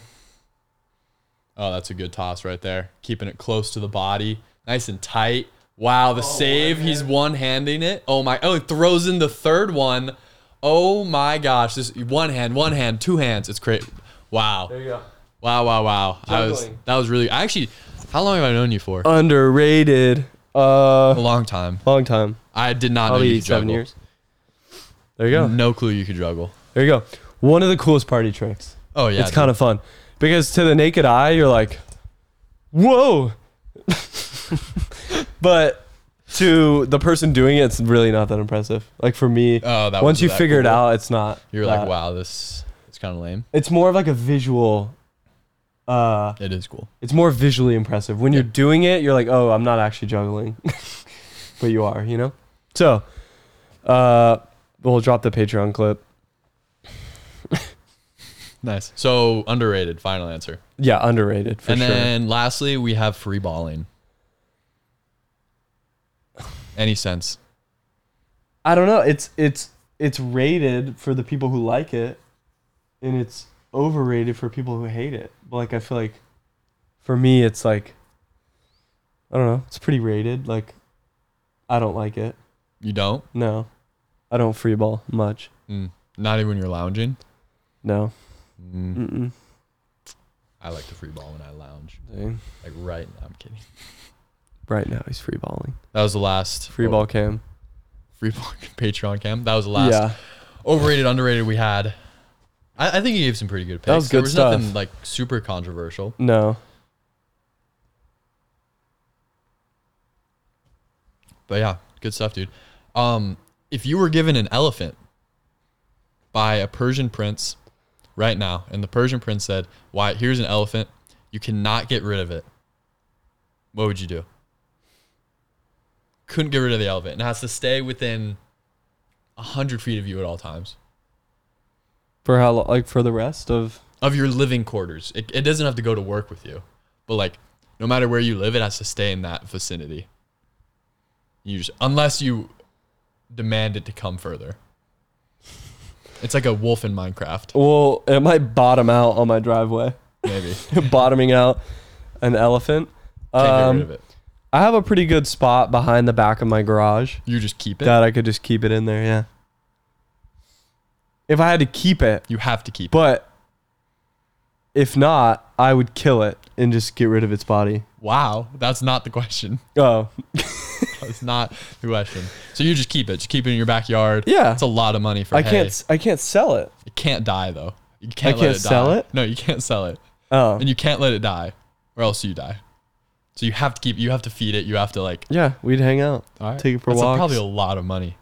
S4: Oh, that's a good toss right there. Keeping it close to the body, nice and tight. Wow,
S2: Oh,
S4: the save. He's one handing it. Oh my! Oh, he throws in the third one. Oh my gosh! This one hand, one hand, two hands. It's great. Wow!
S2: you go.
S4: Wow! Wow! Wow! I was.
S2: Juggling.
S4: That was really. I actually. How long have I known you for?
S2: Uh, Underrated. Uh,
S4: a long time.
S2: long time.
S4: I did not know you
S2: Probably
S4: could
S2: seven
S4: juggle. Mm-hmm.
S2: years. There you go.
S4: No clue you could juggle.
S2: There you go. One of the coolest party tricks.
S4: Oh yeah.
S2: it's kind of fun because to the naked eye, you're like, whoa. but to the person doing it, it's really not that impressive. Like for me,
S4: Oh, that
S2: once
S4: wasn't
S2: you
S4: that
S2: figure it
S4: cool.
S2: out, it's not.
S4: You're
S2: that-
S4: like, wow, this. It's kind of lame.
S2: It's more of like a visual. Uh,
S4: It is cool.
S2: it's more visually impressive. When you're doing it, you're like, oh, I'm not actually juggling, but you are, you know. So, uh, we'll drop the Patreon clip.
S4: Nice. So underrated. Final answer.
S2: Yeah, underrated for
S4: and
S2: sure.
S4: then lastly, we have free balling. Any sense?
S2: I don't know. It's it's it's rated for the people who like it, and it's overrated for people who hate it. But like, I feel like, for me, it's like, I don't know. It's pretty rated. Like, I don't like it.
S4: You don't?
S2: No, I don't freeball much.
S4: Mm. Not even when you're lounging.
S2: No.
S4: Mm.
S2: Mm-mm.
S4: I like to free ball when I lounge.
S2: Dang.
S4: Like right now, I'm kidding.
S2: Right now, he's freeballing.
S4: That was the last oh,
S2: Free ball cam.
S4: free ball Patreon cam. That was the last
S2: Yeah.
S4: overrated, underrated we had. I, I think he gave some pretty good picks.
S2: That was
S4: there
S2: good
S4: was
S2: stuff.
S4: nothing like super controversial.
S2: No.
S4: But yeah, good stuff, dude. Um, if you were given an elephant by a Persian prince right now, and the Persian prince said, "Why? Here's an elephant. You cannot get rid of it." What would you do? Couldn't get rid of the elephant. and has to stay within hundred feet of you at all times
S2: For how long? Like for the rest of
S4: of your living quarters. It, it doesn't have to go to work with you, but like no matter where you live, it has to stay in that vicinity. You just, unless you demand it to come further. It's like a wolf in Minecraft,
S2: well, it might bottom out on my driveway.
S4: maybe.
S2: Bottoming out an elephant.
S4: Can't
S2: Um,
S4: get rid of it.
S2: I have a pretty good spot behind the back of my garage
S4: You just keep it.
S2: that I could just keep it in there. Yeah. If I had to keep it,
S4: you have to keep it.
S2: but if not, I would kill it and just get rid of its body.
S4: Wow, that's not the question.
S2: Oh,
S4: That's not the question. So you just keep it. Just keep it in your backyard.
S2: Yeah.
S4: it's a lot of money for.
S2: I
S4: hay.
S2: can't. s- I can't sell it.
S4: It can't die though. You can't. let
S2: can't
S4: it die.
S2: sell it?
S4: No, you can't sell it.
S2: Oh,
S4: and you can't let it die or else you die so you have to keep you have to feed it you have to like
S2: yeah. We'd hang out, take it for
S4: That's
S2: walks.
S4: probably a lot of money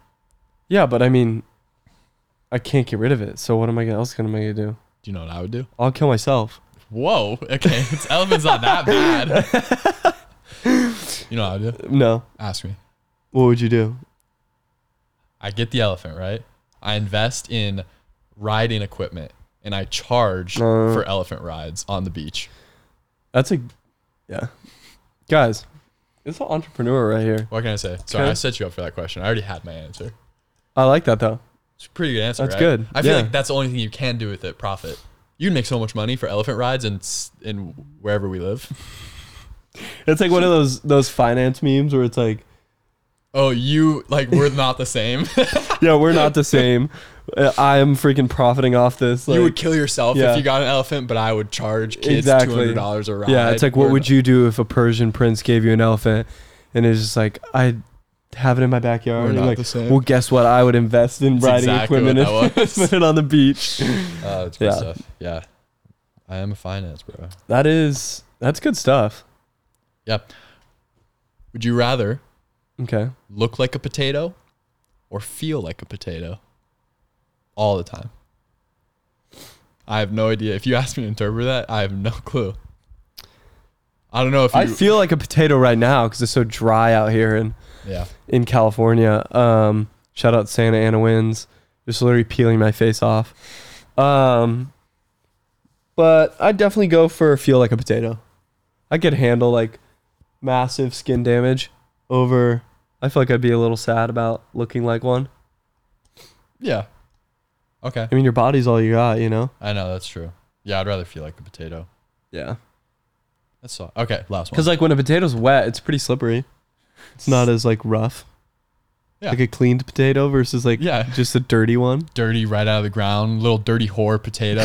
S2: yeah, but I mean, I can't get rid of it. So what am I gonna- else gonna make it do?
S4: do you know what i would do
S2: I'll kill myself.
S4: whoa okay it's elephant's not that bad you know what i would do
S2: No.
S4: ask me
S2: What would you do?
S4: i get the elephant right i invest in riding equipment and i charge
S2: Uh.
S4: for elephant rides on the beach
S2: That's a, yeah. Guys, it's an entrepreneur right here.
S4: what can i say sorry
S2: Okay.
S4: i set you up for that question i already had my answer
S2: I like that though.
S4: It's a pretty good answer.
S2: That's
S4: right?
S2: good.
S4: I feel
S2: Yeah.
S4: like that's the only thing you can do with it. Profit. You'd make so much money for elephant rides and s- and wherever we live.
S2: It's like one of those those finance memes where it's like,
S4: Oh, you like we're not the same.
S2: yeah, we're not the same. Uh, I am freaking profiting off this. Like,
S4: you would kill yourself
S2: yeah.
S4: if you got an elephant, but I would charge kids
S2: Exactly.
S4: two hundred dollars a ride.
S2: Yeah, it's like, what
S4: We're
S2: would you do if a Persian prince gave you an elephant? And it's just like, I have it in my backyard.
S4: We're
S2: And you're
S4: not
S2: like,
S4: the same.
S2: well, guess what? I would invest in
S4: That's
S2: riding
S4: exactly
S2: equipment
S4: what
S2: and
S4: that was.
S2: put it on the beach.
S4: not- Uh, it's good
S2: Yeah.
S4: stuff. Yeah, I am a finance bro.
S2: That is, that's good stuff.
S4: Yep. Would you rather
S2: Okay.
S4: look like a potato or feel like a potato all the time? I have no idea. If you ask me to interpret that, I have no clue. I don't know if you.
S2: I feel like a potato right now because it's so dry out here in,
S4: yeah.
S2: in California. Um, shout out Santa Ana winds. Just literally peeling my face off. Um, but I definitely go for feel like a potato. I could handle like massive skin damage over. I feel like I'd be a little sad about looking like one.
S4: Yeah. Okay.
S2: I mean, your body's all you got, you know?
S4: I know that's true. Yeah, I'd rather feel like a potato.
S2: Yeah.
S4: That's all. Okay, last one.
S2: Because like when a potato's wet, it's pretty slippery. It's not as like rough.
S4: Yeah.
S2: Like a cleaned potato versus like
S4: Yeah.
S2: just a dirty one.
S4: dirty right out of the ground, little dirty whore potato.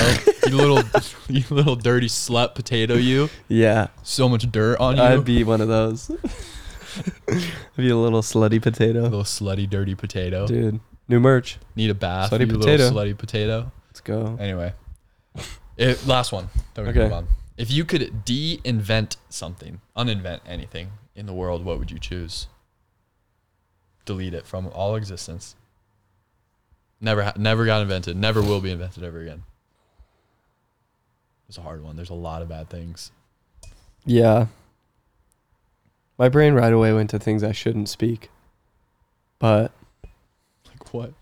S4: you little, you little dirty slut potato. You
S2: Yeah.
S4: so much dirt on you.
S2: I'd be one of those. I'd be a little slutty potato.
S4: little slutty dirty potato.
S2: Dude, new merch.
S4: Need a bath.
S2: Slutty
S4: you
S2: potato.
S4: little slutty potato.
S2: Let's go.
S4: Anyway, it, last one. Then we
S2: Okay.
S4: can move on. If you could de-invent something, uninvent anything in the world, what would you choose? Delete it from all existence. Never, ha- never got invented. Never will be invented ever again. It's a hard one. There's a lot of bad things.
S2: Yeah. My brain right away went to things I shouldn't speak. But
S4: Like what?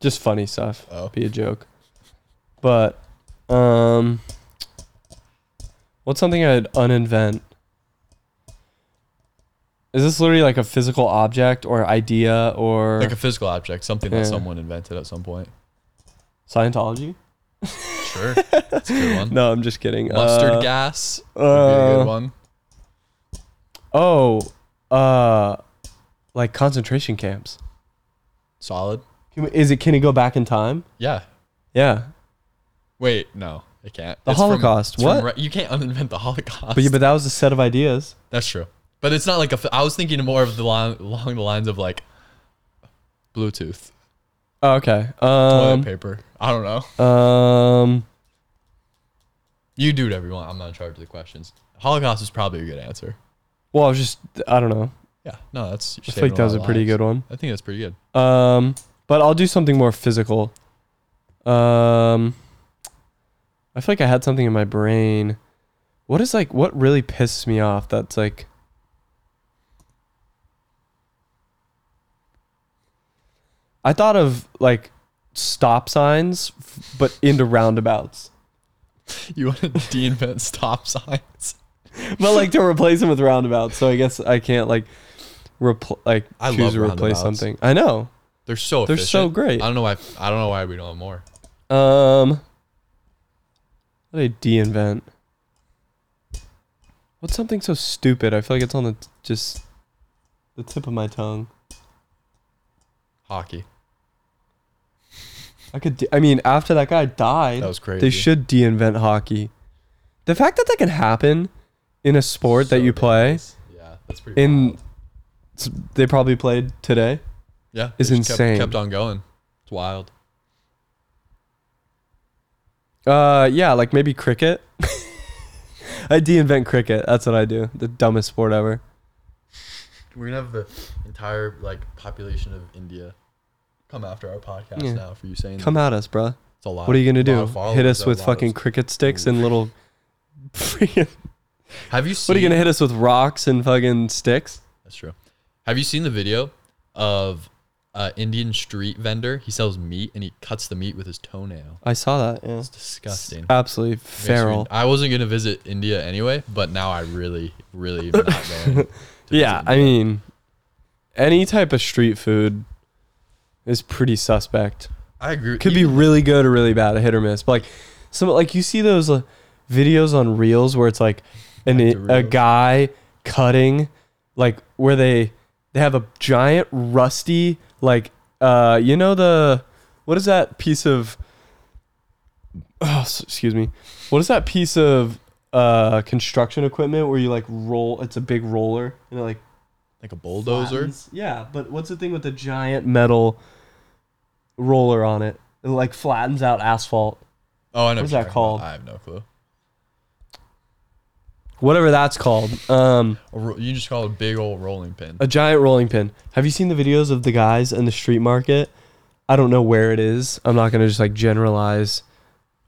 S2: just funny stuff.
S4: Oh.
S2: Be a joke. But um what's something I'd uninvent? Is this literally like a physical object or idea or
S4: Like a physical object, something
S2: Yeah.
S4: that someone invented at some point.
S2: Scientology?
S4: Sure, that's a good one.
S2: No, I'm just kidding.
S4: Mustard
S2: Uh,
S4: gas would be a
S2: uh,
S4: good one.
S2: Oh, uh, like concentration camps.
S4: Solid.
S2: Can we, is it? Can it go back in time?
S4: Yeah,
S2: Yeah,
S4: Wait, no, it can't.
S2: The
S4: from-
S2: Holocaust,
S4: it's from
S2: what?
S4: Ru- you can't uninvent the Holocaust.
S2: but yeah, but that was a set of ideas.
S4: that's true. But it's not like a. f- I was thinking more of the line, along the lines of like Bluetooth,
S2: Oh, okay.
S4: toilet
S2: Um,
S4: paper. I don't know.
S2: um,
S4: You do whatever you want. I'm not in charge of the questions. Holocaust is probably a good answer.
S2: well, I was just, I don't know.
S4: Yeah. No, that's.
S2: I feel like that was a pretty good one.
S4: I think that's pretty good.
S2: Um, but I'll do something more physical. Um, I feel like I had something in my brain. What is like what really pisses me off? That's like. I thought of like stop signs, f- but into roundabouts.
S4: You want to de-invent stop signs?
S2: but like to replace them with roundabouts. So I guess I can't like repl- like
S4: I
S2: choose
S4: love
S2: to replace
S4: roundabouts.
S2: something. I know.
S4: They're so.
S2: They're so
S4: efficient.
S2: great.
S4: I don't know why. I don't know why we don't have more.
S2: Um, what did I de-invent? What's something so stupid? I feel like it's on the t- just the tip of my tongue.
S4: Hockey.
S2: I could. De- I mean, after that guy died,
S4: That was crazy.
S2: They should de-invent hockey. The fact that that can happen in a sport that
S4: So
S2: you play,
S4: dangerous. Yeah, that's pretty.
S2: in
S4: wild.
S2: s- they probably played today.
S4: yeah,
S2: is
S4: they just kept-
S2: insane.
S4: kept on going. It's wild.
S2: Uh, yeah, like maybe cricket. I de-invent cricket. That's what I do. The dumbest sport ever.
S4: We're gonna have the entire like population of India come after our podcast
S2: Yeah.
S4: now for you saying
S2: Come at us, bruh.
S4: It's a lot.
S2: What are you gonna
S4: lot
S2: do?
S4: of
S2: Hit
S4: followers,
S2: us
S4: a
S2: with
S4: lot of-
S2: fucking cricket sticks and little. freaking-
S4: Have you seen?
S2: what are you gonna hit us with? Rocks and fucking sticks.
S4: That's true. Have you seen the video of an Indian street vendor? He sells meat and he cuts the meat with his toenail.
S2: I saw that. Yeah.
S4: It's disgusting.
S2: Absolutely
S4: Makes me-
S2: feral.
S4: I wasn't gonna visit India anyway, but now I really, really am not going. to
S2: Yeah,
S4: visit
S2: I mean, any type of street food is pretty suspect.
S4: I agree. with-
S2: could be
S4: even-
S2: really good or really bad, a hit or miss. But like some like you see those uh, videos on reels where it's like an
S4: Back to
S2: a
S4: Reels.
S2: guy cutting like where they they have a giant rusty like uh you know the what is that piece of oh s- excuse me what is that piece of uh construction equipment where you like roll it's a big roller and it like
S4: like a bulldozer.
S2: buttons. Yeah, but what's the thing with the giant metal roller on it? It like flattens out asphalt.
S4: Oh, I know.
S2: What is
S4: you're talking
S2: that
S4: about.
S2: called?
S4: I have no clue.
S2: Whatever that's called. Um,
S4: A ro- you just call it a big old rolling pin.
S2: a giant rolling pin. Have you seen the videos of the guys in the street market? I don't know where it is. I'm not gonna just like generalize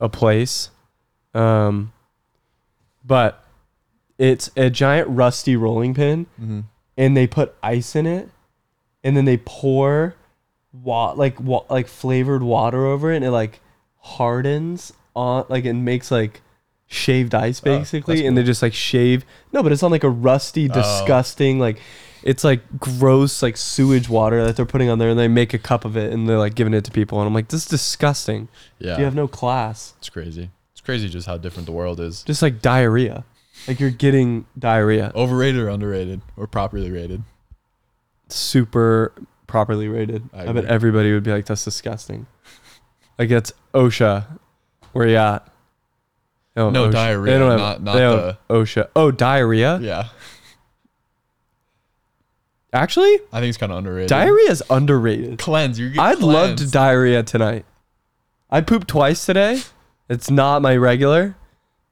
S2: a place. Um, but it's a giant rusty rolling pin, and they put ice in it, and then they pour wa- like wa- like flavored water over it, and it like hardens on like it makes like shaved ice basically, and they just like shave. No, but it's on like a rusty,
S4: Oh.
S2: disgusting like. It's like gross, like sewage water that they're putting on there, and they make a cup of it, and they're like giving it to people, and I'm like, this is disgusting.
S4: yeah,
S2: You have no class
S4: it's crazy. It's crazy just how different the world is.
S2: just like diarrhea. Like you're getting diarrhea.
S4: Overrated or underrated or properly rated?
S2: Super properly rated.
S4: I
S2: I, bet
S4: agree.
S2: everybody would be like, that's disgusting. Like that's OSHA. Where you at? Oh,
S4: No, diarrhea, not- not
S2: OSHA. Oh, diarrhea.
S4: Yeah,
S2: Actually,
S4: I think it's kind of underrated.
S2: diarrhea is underrated.
S4: cleanse. You get
S2: I'd love to
S4: cleansed.
S2: diarrhea tonight. I pooped twice today. It's not my regular,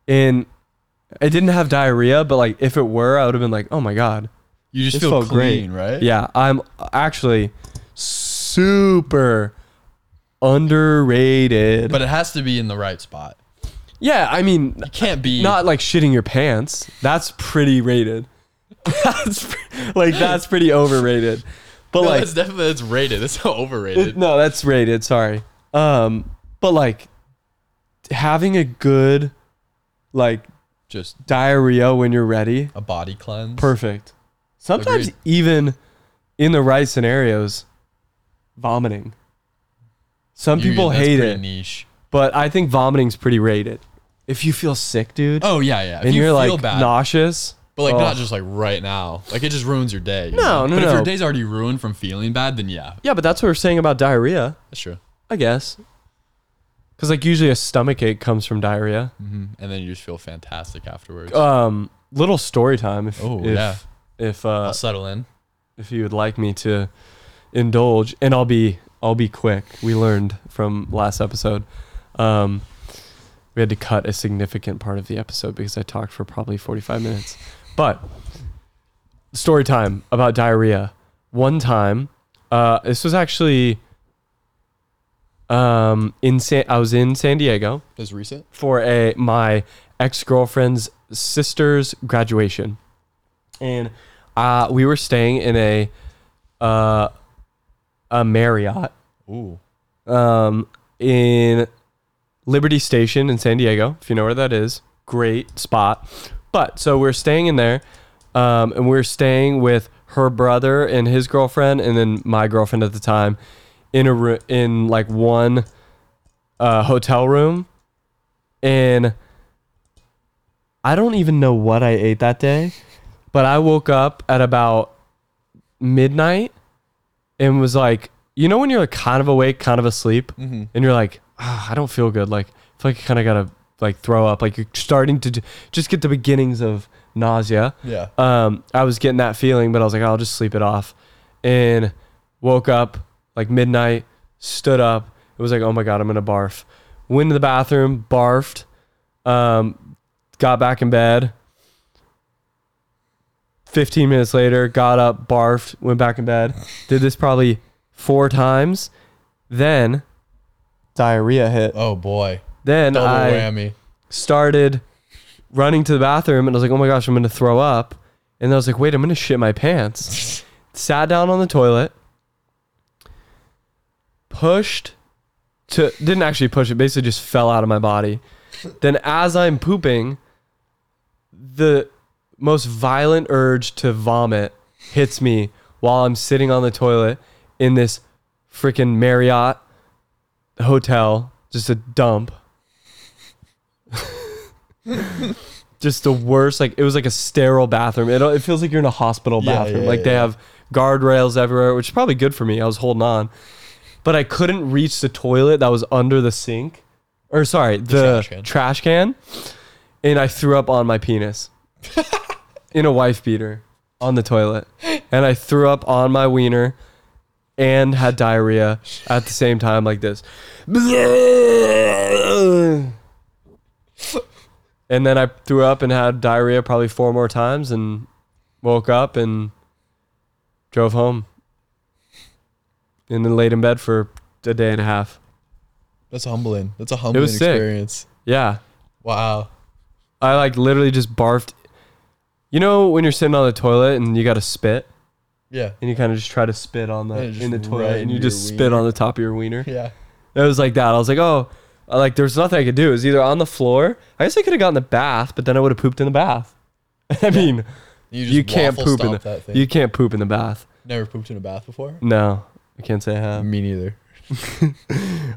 S2: and I didn't have diarrhea. But like, if it were, I would have been like, oh my god.
S4: You just
S2: This
S4: feel
S2: felt
S4: clean,
S2: great.
S4: right?
S2: Yeah, I'm actually super underrated.
S4: But it has to be in the right spot.
S2: yeah, I mean,
S4: It can't be
S2: not like shitting your pants. That's pretty rated. that's pre- like that's pretty overrated. But
S4: No,
S2: like,
S4: it's definitely it's rated. It's not overrated.
S2: it- no, that's rated. Sorry. Um, but like having a good like
S4: just
S2: diarrhea when you're ready,
S4: a body cleanse.
S2: perfect. Sometimes
S4: Agreed.
S2: even in the right scenarios, vomiting. Some
S4: You-
S2: people
S4: that's
S2: hate
S4: pretty
S2: it,
S4: Niche.
S2: but I think vomiting's pretty rated. If you feel sick, dude,
S4: Oh yeah, yeah. If
S2: and
S4: you
S2: you are
S4: feel
S2: like
S4: bad,
S2: nauseous,
S4: but like not
S2: oh.
S4: just like right now. Like it just ruins your day. you know?
S2: No, no,
S4: But if
S2: no.
S4: your day's already ruined from feeling bad, then yeah,
S2: yeah, but that's what we're saying about diarrhea,
S4: that's true.
S2: I guess. Because like usually a stomach ache comes from diarrhea.
S4: And then you just feel fantastic afterwards.
S2: Um, little story time, if
S4: Oh,
S2: if,
S4: yeah.
S2: if
S4: I'll
S2: uh,
S4: settle in.
S2: if you would like me to indulge, and I'll be I'll be quick. We learned from last episode. Um, we had to cut a significant part of the episode because I talked for probably 45 minutes. But story time about diarrhea. One time, uh, this was actually um, in San- I was in San Diego
S4: Is recent?
S2: for a my ex girlfriend's sister's graduation, and uh, we were staying in a uh, a Marriott
S4: Ooh.
S2: um, in Liberty Station in San Diego, if you know where that is. Great spot. But so we're staying in there, um, and we're staying with her brother and his girlfriend, and then my girlfriend at the time, in a ro- in like one uh, hotel room, and I don't even know what I ate that day, but I woke up at about midnight and was like, you know, when you're like kind of awake, kind of asleep, and you're like, "Ah, I don't feel good. Like, I feel like I kind of gotta like throw up. Like, you're starting to d- just get the beginnings of nausea.
S4: Yeah.
S2: Um, I was getting that feeling, but I was like, I'll just sleep it off. And woke up like midnight, stood up. It was like, oh my god, I'm gonna barf. Went to the bathroom, barfed. Um, got back in bed. 15 minutes later, got up, barfed, went back in bed. Did this probably four times. Then diarrhea hit.
S4: Oh boy.
S2: Then
S4: Double
S2: I
S4: whammy.
S2: started running to the bathroom and I was like, oh my gosh, I'm going to throw up. And then I was like, wait, I'm going to shit my pants. Sat down on the toilet, pushed to, didn't actually push it, basically just fell out of my body. Then as I'm pooping, the most violent urge to vomit hits me while I'm sitting on the toilet in this freaking Marriott hotel, just a dump. just the worst. Like it was like a sterile bathroom. It, it feels like you're in a hospital
S4: Yeah,
S2: bathroom.
S4: yeah,
S2: like they
S4: yeah.
S2: have guardrails everywhere, which is probably good for me. I was holding on, but I couldn't reach the toilet that was under the sink, or sorry, the,
S4: trash can.
S2: trash can, and I threw up on my penis in a wife beater on the toilet, and I threw up on my wiener and had diarrhea at the same time, like this. And then I threw up and had diarrhea probably four more times, and woke up and drove home, and then laid in bed for a day and a half.
S4: That's humbling. That's a humbling
S2: was sick.
S4: experience.
S2: Yeah,
S4: Wow.
S2: I like literally just barfed. You know when you're sitting on the toilet and you got to spit
S4: Yeah.
S2: and you kind of just try to spit on the
S4: Yeah, just
S2: in the toilet
S4: right
S2: and you
S4: into your
S2: just spit
S4: wiener.
S2: on the top of your wiener.
S4: Yeah.
S2: It was like that. I was like, oh, I, like there's nothing I could do. It was either on the floor. I guess I could have gotten the bath, but then I would have pooped in the bath. I mean,
S4: just
S2: you can't
S4: waffle
S2: poop in
S4: stomp
S2: the
S4: that thing.
S2: you can't poop in the bath.
S4: Never pooped in a bath before?
S2: No, I can't say I have.
S4: Me neither.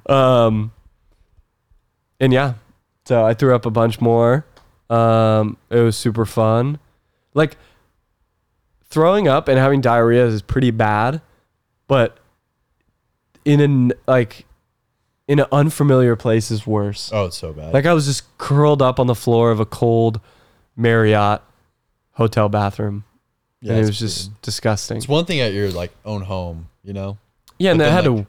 S2: Um, and yeah, so I threw up a bunch more. Um, it was super fun. Like throwing up and having diarrhea is pretty bad, but in an like in an unfamiliar place is worse.
S4: Oh, it's so bad.
S2: Like I was just curled up on the floor of a cold Marriott hotel bathroom,
S4: yeah,
S2: and it
S4: it's
S2: was just
S4: pretty-
S2: disgusting.
S4: It's one thing at your like own home, you know,
S2: Yeah, and
S4: but
S2: I
S4: then,
S2: had
S4: like-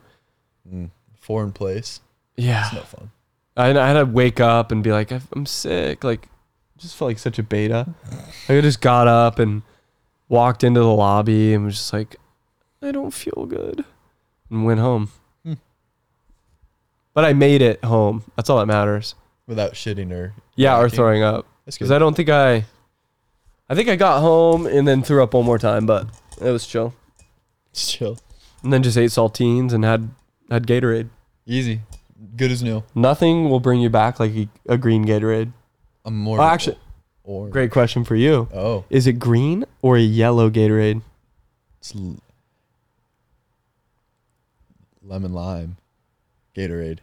S2: to.
S4: foreign place.
S2: Yeah,
S4: No fun.
S2: I, I had to wake up and be like, "I've- I'm sick. Like, just felt like such a beta. Like, I just got up and walked into the lobby and was just like, I don't feel good, and went home.
S4: Hmm.
S2: But I made it home. That's all that matters.
S4: Without shitting or
S2: Yeah, or
S4: whacking.
S2: throwing up.
S4: That's
S2: Because I
S4: good.
S2: don't think I, I think I got home and then threw up one more time, but it was chill.
S4: It's chill.
S2: And then just ate saltines and had had Gatorade.
S4: Easy. Good as new.
S2: Nothing will bring you back like a, a green Gatorade.
S4: I'm more
S2: Oh,
S4: of a-
S2: actually,
S4: or
S2: great question for you.
S4: Oh,
S2: Is it green or a yellow Gatorade?
S4: it's l- lemon lime Gatorade.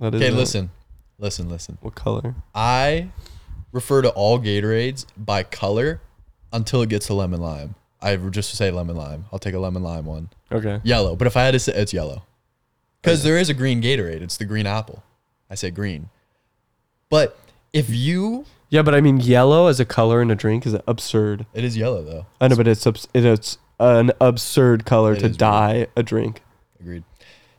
S2: That
S4: Okay,
S2: not-
S4: listen. Listen, listen.
S2: What color?
S4: I refer to all Gatorades by color until it gets to lemon lime. I would just say lemon lime. I'll take a lemon lime one.
S2: Okay.
S4: Yellow, but if I had to say it's yellow. Because there is a green Gatorade. It's the green apple. I say green. But if you
S2: Yeah, but I mean, yellow as a color in a drink is absurd.
S4: it is yellow though.
S2: I know, but it's abs- it- it's an absurd color
S4: It
S2: to
S4: is weird.
S2: dye a drink.
S4: Agreed.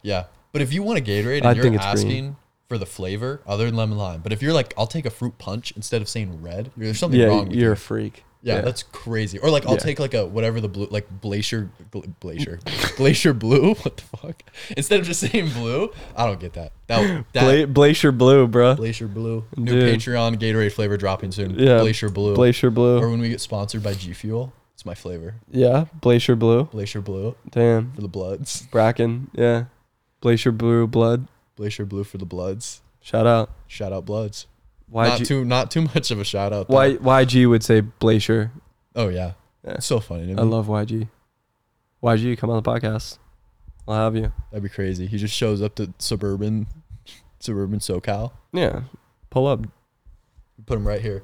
S4: Yeah. But if you want a Gatorade and
S2: I
S4: you're
S2: think it's
S4: asking
S2: green.
S4: for the flavor other than lemon lime, but if you're like, I'll take a fruit punch instead of saying red, you're- there's something
S2: Yeah,
S4: wrong with
S2: you're
S4: you.
S2: a freak.
S4: Yeah,
S2: Yeah.
S4: that's crazy. Or like I'll
S2: Yeah.
S4: take like a whatever the blue like glacier gl- glacier glacier blue. What the fuck? Instead of just saying blue, I don't get that. That, that
S2: Bla- Glacier Blue, bro.
S4: glacier blue. New
S2: Dude.
S4: Patreon Gatorade flavor dropping soon.
S2: Yeah,
S4: glacier blue.
S2: Glacier
S4: Or
S2: Blue.
S4: when we get sponsored by G Fuel, it's my flavor.
S2: Yeah, Glacier Blue.
S4: Glacier blue
S2: Damn.
S4: for the bloods.
S2: Bracken. Yeah. Glacier Blue Blood.
S4: Glacier blue for the bloods.
S2: Shout out.
S4: Shout out bloods. not
S2: YG.
S4: too not too much of a shout out. though.
S2: Y- YG would say Glacier.
S4: Oh yeah.
S2: Yeah.
S4: It's so funny. To me.
S2: I love YG. YG, come on the podcast. I'll have you.
S4: That'd be crazy. He just shows up to suburban suburban SoCal.
S2: Yeah. Pull up.
S4: Put him right here.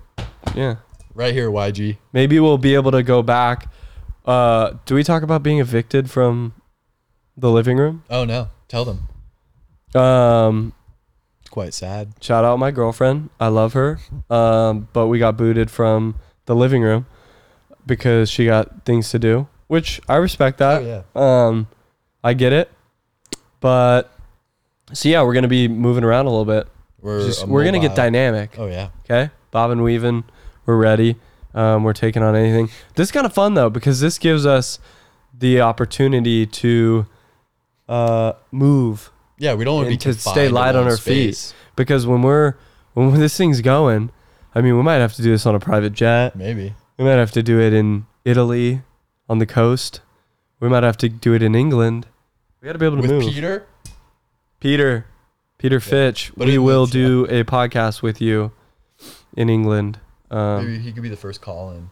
S2: Yeah.
S4: Right here, YG.
S2: Maybe we'll be able to go back. Uh, do we talk about being evicted from the living room?
S4: Oh no. Tell them.
S2: Um,
S4: It's quite sad.
S2: shout out my girlfriend. I love her. Um, but we got booted from the living room because she got things to do, which I respect that.
S4: Oh, yeah.
S2: Um, I get it. But so yeah, we're gonna be moving around a little bit.
S4: We're
S2: Just-
S4: a
S2: we're gonna get
S4: mobile-
S2: dynamic.
S4: Oh yeah.
S2: Okay, Bob and Weaving, we're ready. Um, we're taking on anything. This is kind of fun though because this gives us the opportunity to uh, move
S4: Yeah, Oh, we don't want to be
S2: and to
S4: confined
S2: stay
S4: to
S2: light
S4: one
S2: on our
S4: space.
S2: feet. Because when we're when this thing's going, I mean, we might have to do this on a private jet.
S4: Maybe.
S2: We might have to do it in Italy on the coast. We might have to do it in England. We got to be able to
S4: With
S2: move.
S4: Peter?
S2: Peter, Peter Fitch,
S4: but
S2: we
S4: in
S2: will
S4: the-
S2: do a podcast with you in England. Um,
S4: Maybe he could be the first call in.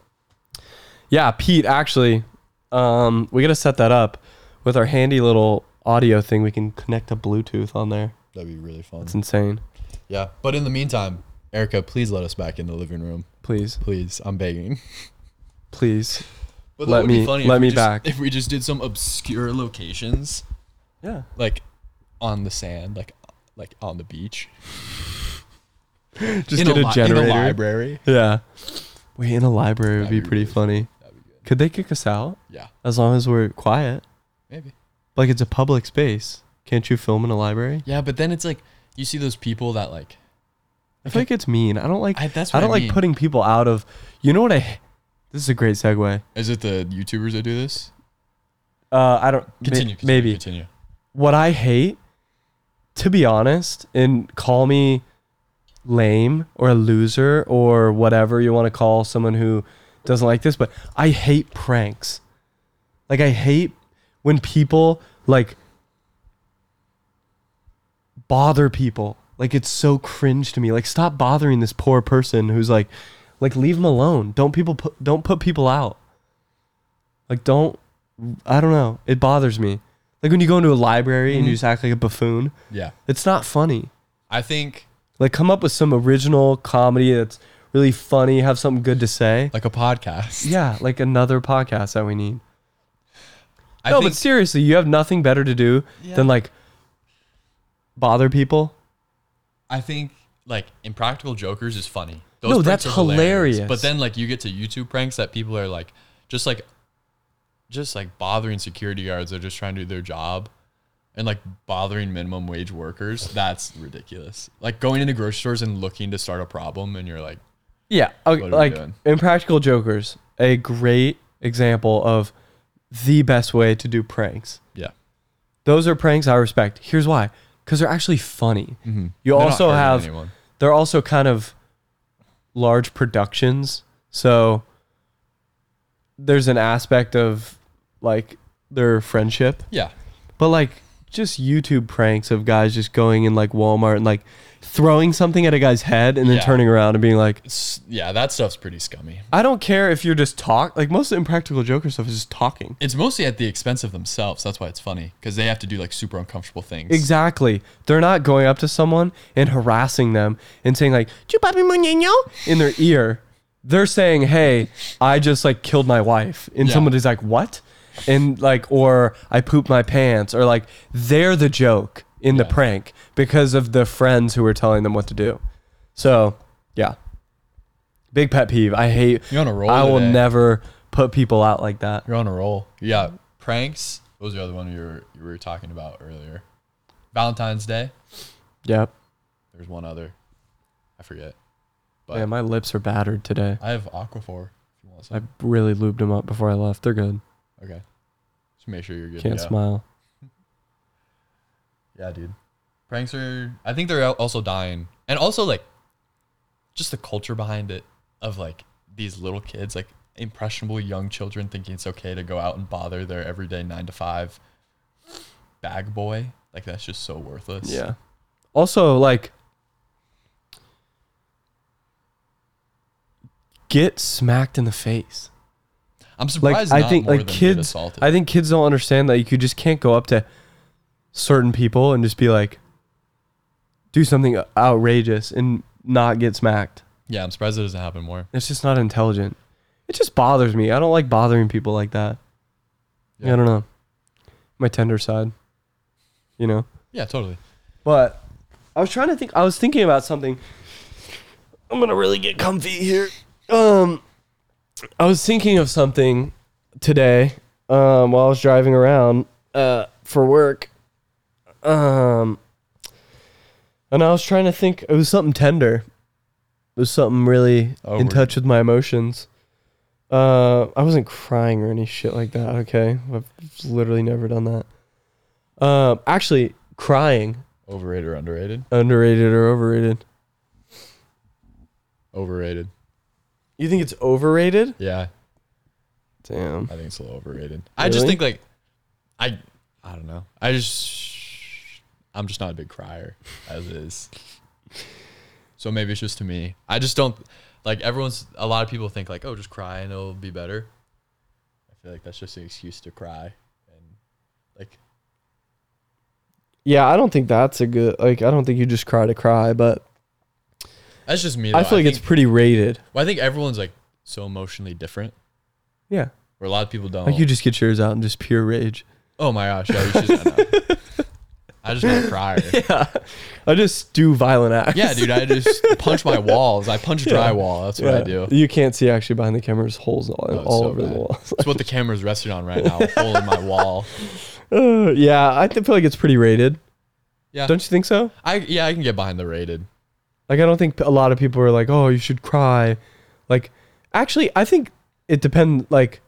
S2: Yeah, Pete, actually, um, we got to set that up with our handy little audio thing. We can connect to Bluetooth on there.
S4: That'd be really fun.
S2: It's insane.
S4: Yeah. But in the meantime, Erica, please let us back in the living room.
S2: Please,
S4: Please. I'm begging.
S2: please.
S4: But
S2: Let
S4: would be
S2: me-
S4: funny if
S2: let
S4: we
S2: me
S4: just-
S2: back.
S4: If we just did some obscure locations,
S2: Yeah.
S4: like on the sand, like like on the beach.
S2: Just
S4: in
S2: get a,
S4: li-
S2: generator.
S4: In a library.
S2: Yeah. Wait, in a library would be
S4: That'd be
S2: pretty
S4: really
S2: funny.
S4: That'd be good.
S2: Could they kick us out
S4: Yeah.
S2: as long as we're quiet?
S4: Maybe.
S2: Like it's a public space. Can't you film in a library?
S4: Yeah, but then it's like you see those people that like
S2: I feel like it's mean. I don't like.
S4: I- that's
S2: I
S4: what I
S2: don't like
S4: mean.
S2: putting people out of. You know what I? This is a great segue.
S4: is it the YouTubers that do this?
S2: Uh, I don't. ma-
S4: Continue. continue
S2: maybe.
S4: continue.
S2: what I hate, to be honest, and call me lame or a loser or whatever you want to call someone who doesn't like this, but I hate pranks. Like I hate when people like bother people. Like it's so cringe to me. Like stop bothering this poor person who's like like leave them alone. Don't people put don't put people out. Like don't I don't know. It bothers me. Like when you go into a library
S4: Mm-hmm.
S2: and you just act like a buffoon,
S4: Yeah.
S2: it's not funny.
S4: I think
S2: Like come up with some original comedy that's really funny, have something good to say.
S4: like a podcast.
S2: Yeah, like another podcast that we need.
S4: I
S2: no,
S4: think
S2: but seriously, you have nothing better to do than like bother people.
S4: I think like impractical jokers is funny. Those
S2: No,
S4: pranks
S2: that's
S4: are
S2: hilarious.
S4: But then like you get to YouTube pranks that people are like just like just like bothering security guards that are just trying to do their job and like bothering minimum wage workers. That's ridiculous. Like going into grocery stores and looking to start a problem and you're like
S2: Yeah, okay,
S4: are we
S2: like
S4: doing?
S2: Impractical Jokers, a great example of the best way to do pranks.
S4: yeah.
S2: Those are pranks I respect. Here's why. Cuz they're actually funny. You
S4: Mm-hmm. They're not
S2: also
S4: hurting
S2: have
S4: anyone.
S2: they're also kind of large productions. So there's an aspect of like their friendship,
S4: Yeah.
S2: but like just YouTube pranks of guys just going in like Walmart and like throwing something at a guy's head and then
S4: Yeah.
S2: turning around and being like,
S4: S- Yeah, that stuff's pretty scummy.
S2: I don't care if you're just talk. Like most of the impractical Joker stuff is just talking.
S4: It's mostly at the expense of themselves. That's why it's funny because they have to do like super uncomfortable things.
S2: Exactly. They're not going up to someone and harassing them and saying like "Chupapi muñeño" in their ear. They're saying, "Hey, I just like killed my wife," and
S4: Yeah.
S2: somebody's like, "What?" And like, or I pooped my pants, or like, they're the joke in the
S4: Yeah.
S2: prank because of the friends who are telling them what to do. So, yeah, big pet peeve. I hate.
S4: You're on a roll
S2: I will
S4: today.
S2: never put people out like that.
S4: You're on a roll. Yeah, pranks. What was the other one you were you were talking about earlier? Valentine's Day.
S2: Yep.
S4: There's one other. I forget.
S2: Man, my lips are battered today.
S4: I have Aquaphor. If them all.
S2: I really lubed them up before I left. They're good.
S4: okay. Just make sure you're good. to
S2: Can't
S4: go.
S2: smile.
S4: Yeah, dude. Pranks are. I think they're al- also dying, and also like, just the culture behind it of like these little kids, like impressionable young children, thinking it's okay to go out and bother their everyday nine to five bag boy. Like that's just so worthless.
S2: Yeah. Also, like, get smacked in the face.
S4: I'm
S2: Like,
S4: surprised.
S2: I
S4: not
S2: think
S4: more than
S2: like
S4: get
S2: kids.
S4: assaulted.
S2: I think kids don't understand that you could- just can't go up to certain people and just be like, do something outrageous and not get smacked.
S4: yeah, I'm surprised it doesn't happen more.
S2: It's just not intelligent. It just bothers me. I don't like bothering people like that.
S4: Yeah.
S2: I don't know. My tender side, you know.
S4: Yeah, totally.
S2: But I was trying to think. I was thinking about something. I'm gonna really get comfy here. Um, I was thinking of something today um, while I was driving around uh, for work. Um, and I was trying to think. It was something tender. It was something really
S4: Oh,
S2: in
S4: were
S2: touch with my emotions. Uh, I wasn't crying or any shit like that. Okay, I've literally never done that. Um, actually, crying
S4: Overrated or underrated?
S2: underrated or overrated?
S4: Overrated.
S2: You think it's overrated?
S4: Yeah,
S2: Damn.
S4: I think it's a little overrated. I just
S2: Really?
S4: think like, I, I don't know. I just, I'm just not a big crier as is. So maybe it's just to me. I just don't like everyone's. A lot of people think like, oh, just cry and it'll be better. I feel like that's just an excuse to cry and like,
S2: Yeah, I don't think that's a good. Like, I don't think you just cry to cry, but
S4: that's just me.
S2: I
S4: though.
S2: feel like it's
S4: think-
S2: pretty rated.
S4: Well, I think everyone's like so emotionally different.
S2: Yeah,
S4: Where a lot of people don't.
S2: like you just get yours out in just pure rage.
S4: oh my gosh, yeah, you just, I, know. I just not a crier.
S2: Yeah, I just do violent acts.
S4: Yeah, dude, I just punch my walls. I punch drywall. That's what I do.
S2: You can't see actually behind the camera. There's holes all,
S4: Oh, it's
S2: all
S4: so
S2: over the
S4: bad.
S2: walls.
S4: It's what the camera's resting on right now, hole in my wall.
S2: Uh, yeah, I th- feel like it's pretty rated.
S4: Yeah.
S2: Don't you think so?
S4: I yeah, I can get behind the rated.
S2: Like, I don't think a lot of people are like, oh, you should cry. Like, actually, I think it depends. Like,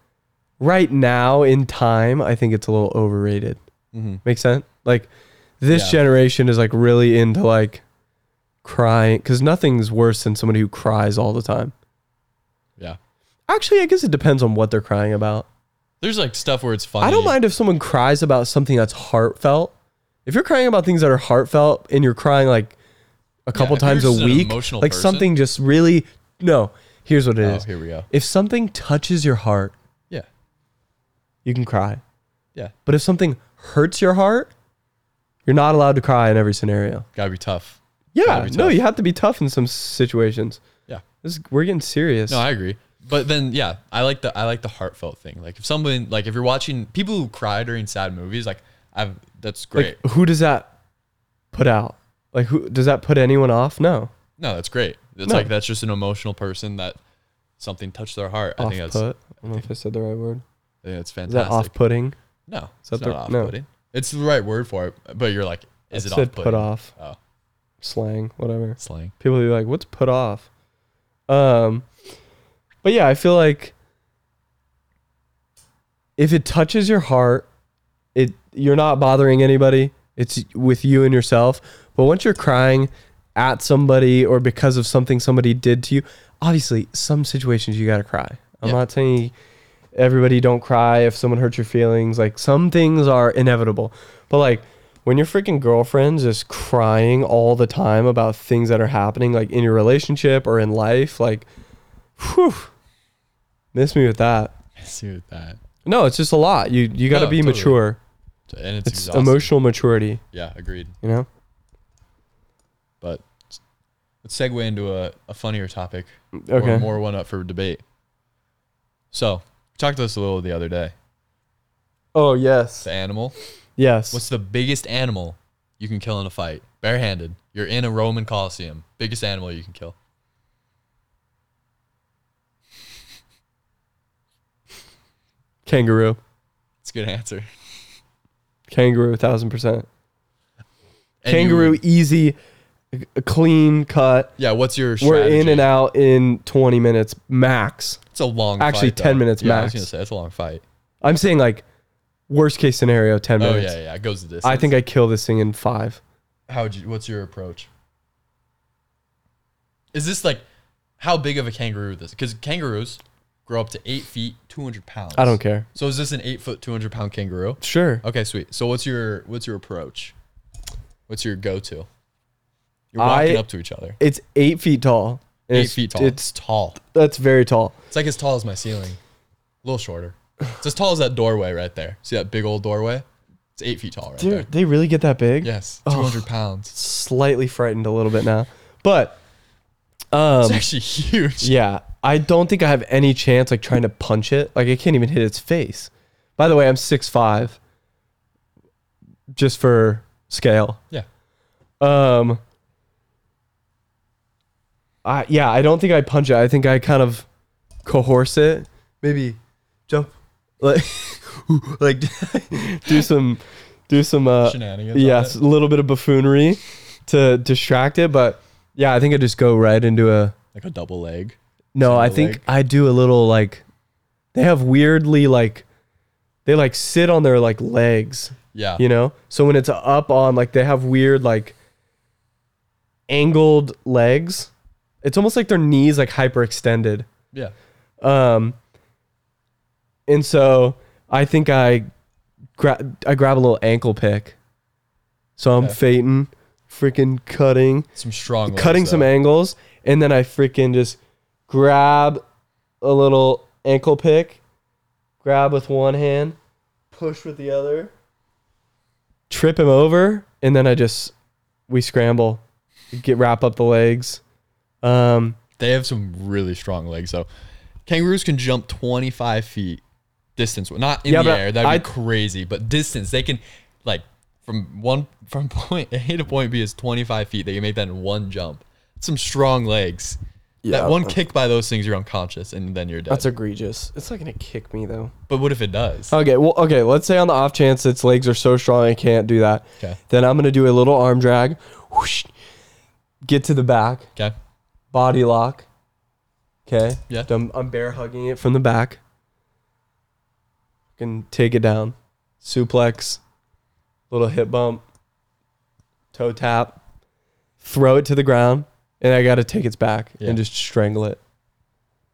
S2: right now in time, I think it's a little overrated.
S4: Mhm.
S2: Make sense? Like, this
S4: Yeah.
S2: generation is like really into like crying because nothing's worse than somebody who cries all the time.
S4: Yeah.
S2: Actually, I guess it depends on what they're crying about.
S4: There's like stuff where it's funny.
S2: I don't mind if someone cries about something that's heartfelt. If you're crying about things that are heartfelt and you're crying like a couple
S4: if you're
S2: times a
S4: just an
S2: week, like
S4: emotional person-
S2: something just really no. Here's what it
S4: Oh,
S2: is:
S4: here we go.
S2: If something touches your heart,
S4: Yeah.
S2: you can cry.
S4: Yeah.
S2: But if something hurts your heart, you're not allowed to cry in every scenario.
S4: Gotta be tough.
S2: Yeah.
S4: Gotta be
S2: No,
S4: tough.
S2: you have to be tough in some situations.
S4: Yeah.
S2: This is, we're getting serious.
S4: No, I agree. But then yeah, I like the I like the heartfelt thing. Like if someone like if you're watching people who cry during sad movies, like I've that's great.
S2: like who does that put out? Like who does that put anyone off? No.
S4: no, that's great. It's
S2: No.
S4: like that's just an emotional person that something touched their heart. I
S2: Off
S4: think that's
S2: put. I don't know if I said the right word.
S4: I think that's
S2: Is
S4: fantastic.
S2: that off putting?
S4: No,
S2: that
S4: it's
S2: the-
S4: not off
S2: no.
S4: putting. It's the right word for it, but you're like, is it
S2: said
S4: off
S2: put off
S4: Oh,
S2: slang, whatever.
S4: slang.
S2: People be like, "What's put off?" Um, but yeah, I feel like if it touches your heart, it you're not bothering anybody. It's with you and yourself. But once you're crying at somebody or because of something somebody did to you, obviously some situations you gotta cry. I'm
S4: Yeah.
S2: not saying everybody don't cry if someone hurts your feelings. Like some things are inevitable. But like when your freaking girlfriend's just crying all the time about things that are happening, like in your relationship or in life, like whew. Miss me with that.
S4: See with that,
S2: No, it's just a lot. You you gotta
S4: No,
S2: be
S4: totally.
S2: mature.
S4: So- and it's,
S2: It's
S4: exhausting.
S2: emotional maturity,
S4: Yeah, agreed.
S2: you know?
S4: But s- let's segue into a, a funnier topic,
S2: Okay.
S4: or more one up for debate. So we talked to this a little the other day.
S2: Oh yes.
S4: The animal.
S2: Yes.
S4: What's the biggest animal you can kill in a fight? Barehanded. You're in a Roman Colosseum. Biggest animal you can kill.
S2: kangaroo.
S4: It's a good answer.
S2: Kangaroo, thousand percent.
S4: And you
S2: kangaroo, e-
S4: would-
S2: easy. a- a clean cut.
S4: Yeah, what's your
S2: We're
S4: strategy?
S2: in and out in 20 minutes max.
S4: It's a long
S2: Actually,
S4: fight,
S2: 10
S4: though.
S2: minutes
S4: yeah,
S2: max.
S4: I was gonna say it's a long fight.
S2: I'm saying like worst case scenario 10
S4: Oh
S2: minutes.
S4: yeah, yeah, it goes to this.
S2: I think I kill this thing in 5.
S4: how would you, what's your approach? Is this like how big of a kangaroo this? Because kangaroos grow up to eight feet, two hundred pounds.
S2: I don't care.
S4: So is this an eight foot, two hundred pound kangaroo?
S2: Sure.
S4: Okay, sweet. So what's your what's your approach? What's your go to? You're
S2: I-
S4: walking up to each other.
S2: It's 8 feet tall.
S4: Eight
S2: and it's-
S4: feet tall. It's
S2: It's
S4: tall.
S2: that's very tall.
S4: It's like as tall as my ceiling. A little shorter. It's as tall as that doorway right there. See that big old doorway? It's eight feet tall right
S2: Dude, Oh.
S4: there.
S2: they really get that big?
S4: Yes, 200 pounds.
S2: Slightly frightened a little bit now. But um
S4: It's actually huge.
S2: Yeah, I don't think I have any chance like trying to punch it. Like I can't even hit its face. By the way, I'm six five. Just for scale.
S4: Yeah.
S2: Um. I yeah, I don't think I punch it. I think I kind of coerce it. Maybe jump, like, like do some, do some uh,
S4: Shenanigans on
S2: Yes,
S4: it.
S2: a little bit of buffoonery to distract it. But yeah, I think I just go right into a
S4: Like a double leg.
S2: no,
S4: Send
S2: I
S4: the
S2: think
S4: leg.
S2: I do a little like they have weirdly like they like sit on their like legs,
S4: Yeah.
S2: you know? So when it's up on like they have weird like angled legs. It's almost like their knees like hyperextended.
S4: Yeah.
S2: Um and so I think I grab I grab a little ankle pick. So I'm fading, freaking cutting
S4: Some strong legs,
S2: cutting some
S4: though.
S2: angles, and then I freaking just grab a little ankle pick, grab with one hand, push with the other, trip him over, and then I just we scramble, get wrap up the legs. Um,
S4: They have some really strong legs, though. Kangaroos can jump 25 feet distance. Not in
S2: Yeah,
S4: the
S2: but
S4: air. That'd
S2: I-
S4: be crazy. But distance, they can, like, from one from point A to point B is 25 feet. They can make that in one jump. Some strong legs.
S2: Yeah.
S4: that one kick by those things, you're unconscious, and then you're dead.
S2: that's Uh, egregious. It's not gonna kick me though.
S4: but what if it does?
S2: Okay, well, okay. Let's say on the off chance its legs are so strong it can't do that.
S4: 'Kay.
S2: Then I'm gonna do a little arm drag, whoosh, get to the back,
S4: Okay.
S2: body lock. Okay.
S4: Yeah.
S2: I'm, I'm bear hugging it from the back. Can take it down. Suplex. Little hip bump. Toe tap. Throw it to the ground. And I got to take its back
S4: Yeah.
S2: and just strangle it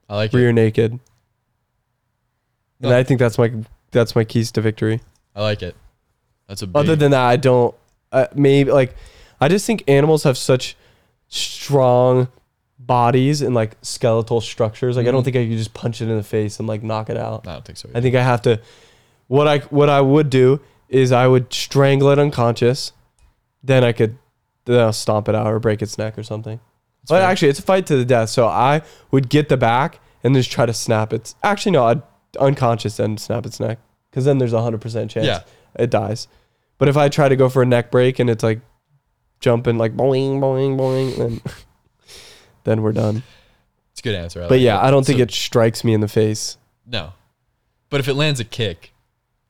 S4: I like
S2: rear
S4: it.
S2: naked. And
S4: No.
S2: I think that's my that's my keys to victory.
S4: I like it. That's a big,
S2: Other than that, I don't. Uh, maybe like, I just think animals have such strong bodies and like skeletal structures. Like, I don't
S4: Mm-hmm.
S2: think I could just punch it in the face and like knock it out.
S4: I don't think so.
S2: I think I have to. What I what I would do is I would strangle it unconscious, then I could then I'll stomp it out or break its neck or something. but
S4: fair.
S2: actually, it's a fight to the death. So I would get the back and just try to snap its. Actually, no, I'd unconscious and snap its neck because then there's a hundred percent chance
S4: Yeah.
S2: it dies. But if I try to go for a neck break and it's like jumping like boing boing boing, then then we're done.
S4: it's a good answer. I
S2: But
S4: like
S2: yeah, I don't think
S4: Oh, So-
S2: it strikes me in the face.
S4: No. But if it lands a kick,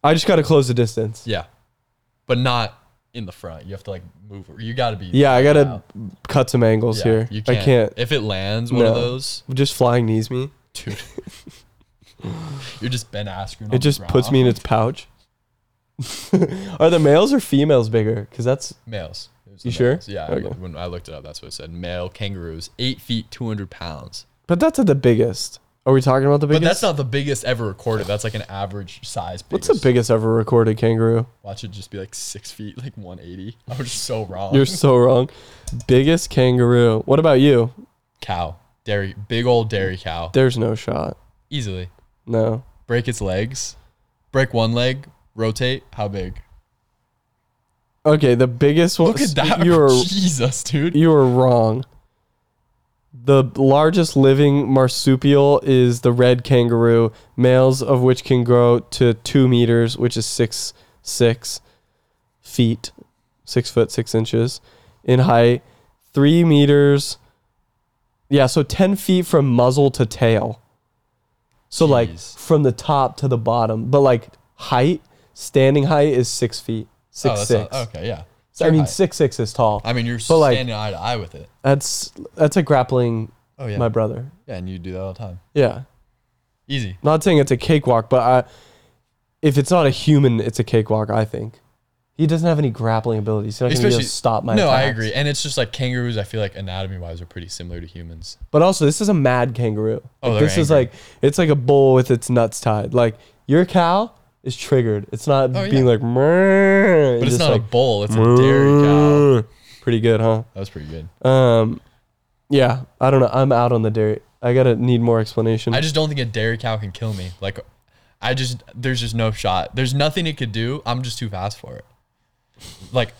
S2: I just got to close the distance.
S4: yeah. But not in the front. You have to like move. You got to be.
S2: Yeah, I gotta
S4: Wow.
S2: cut some angles
S4: Yeah,
S2: here.
S4: You can't.
S2: I can't.
S4: If it lands one of
S2: No.
S4: those,
S2: Just flying knees me.
S4: dude, you're just Ben Askren.
S2: It just puts me in its pouch. Are the males or females bigger? Because that's
S4: males. It was
S2: You
S4: the
S2: sure?
S4: males. Yeah. I
S2: Okay.
S4: looked- when I looked it up, that's what it said. Male kangaroos, eight feet, two hundred pounds.
S2: but that's at the biggest. Are we talking about the
S4: But
S2: biggest?
S4: that's not the biggest ever recorded. That's like an average size.
S2: What's the biggest ever recorded kangaroo?
S4: Watch it just be like six feet, like 180. I was so wrong.
S2: You're so wrong. Biggest kangaroo. What about you?
S4: cow, dairy, big old dairy cow,
S2: There's no shot.
S4: easily
S2: No.
S4: break its legs, break one leg, rotate. How big?
S2: Okay, the biggest one.
S4: Look at that!
S2: You were
S4: Jesus, dude.
S2: you were wrong. The largest living marsupial is the red kangaroo, males of which can grow to two meters, which is six six feet, six foot six inches in height, three meters. Yeah, so ten feet from muzzle to tail. So like
S4: Jeez.
S2: from the top to the bottom, but like height, standing height is six feet,
S4: Oh,
S2: six
S4: that's
S2: six.
S4: not- okay, yeah.
S2: I mean, six six is tall.
S4: I mean, you're
S2: But, like-
S4: standing eye to eye with it.
S2: that's that's a grappling.
S4: Oh yeah,
S2: My brother.
S4: yeah, and you do that all the time.
S2: Yeah.
S4: Easy.
S2: Not saying it's a cakewalk, but I, if it's not a human, it's a cakewalk. I think he doesn't have any grappling abilities. He's not going to be able to stop my.
S4: No, I
S2: attacks.
S4: agree, and it's just like kangaroos. I feel like anatomy wise are pretty similar to humans.
S2: But also, this is a mad kangaroo.
S4: Oh,
S2: Like,
S4: they're
S2: this is
S4: angry.
S2: like it's like a bull with its nuts tied. Like your cow is triggered. It's not
S4: Oh,
S2: being
S4: yeah.
S2: like. But
S4: But it's not a bull; it's a dairy cow.
S2: Pretty good, huh?
S4: That was pretty good.
S2: Um, yeah. I don't know. I'm out on the dairy. I gotta need more explanation.
S4: I just don't think a dairy cow can kill me. Like, I just there's just no shot. There's nothing it could do. I'm just too fast for it. Like,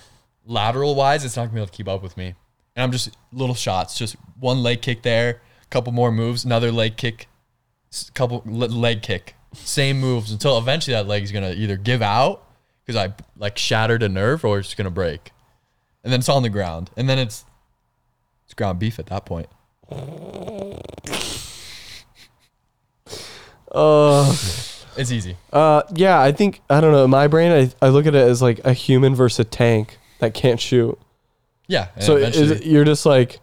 S4: lateral wise, it's not gonna be able to keep up with me. And I'm just little shots, just one leg kick there, couple more moves, another leg kick, s- couple le- leg kick, same moves until eventually that leg is gonna either give out because I like shattered a nerve or it's gonna break, and then it's on the ground, and then it's it's ground beef at that point.
S2: Ugh.
S4: It's easy.
S2: Uh, yeah, I think I don't know. In my brain, I, I look at it as like a human versus a tank that can't shoot.
S4: Yeah. and
S2: so is,
S4: eventually-
S2: it- you're just like,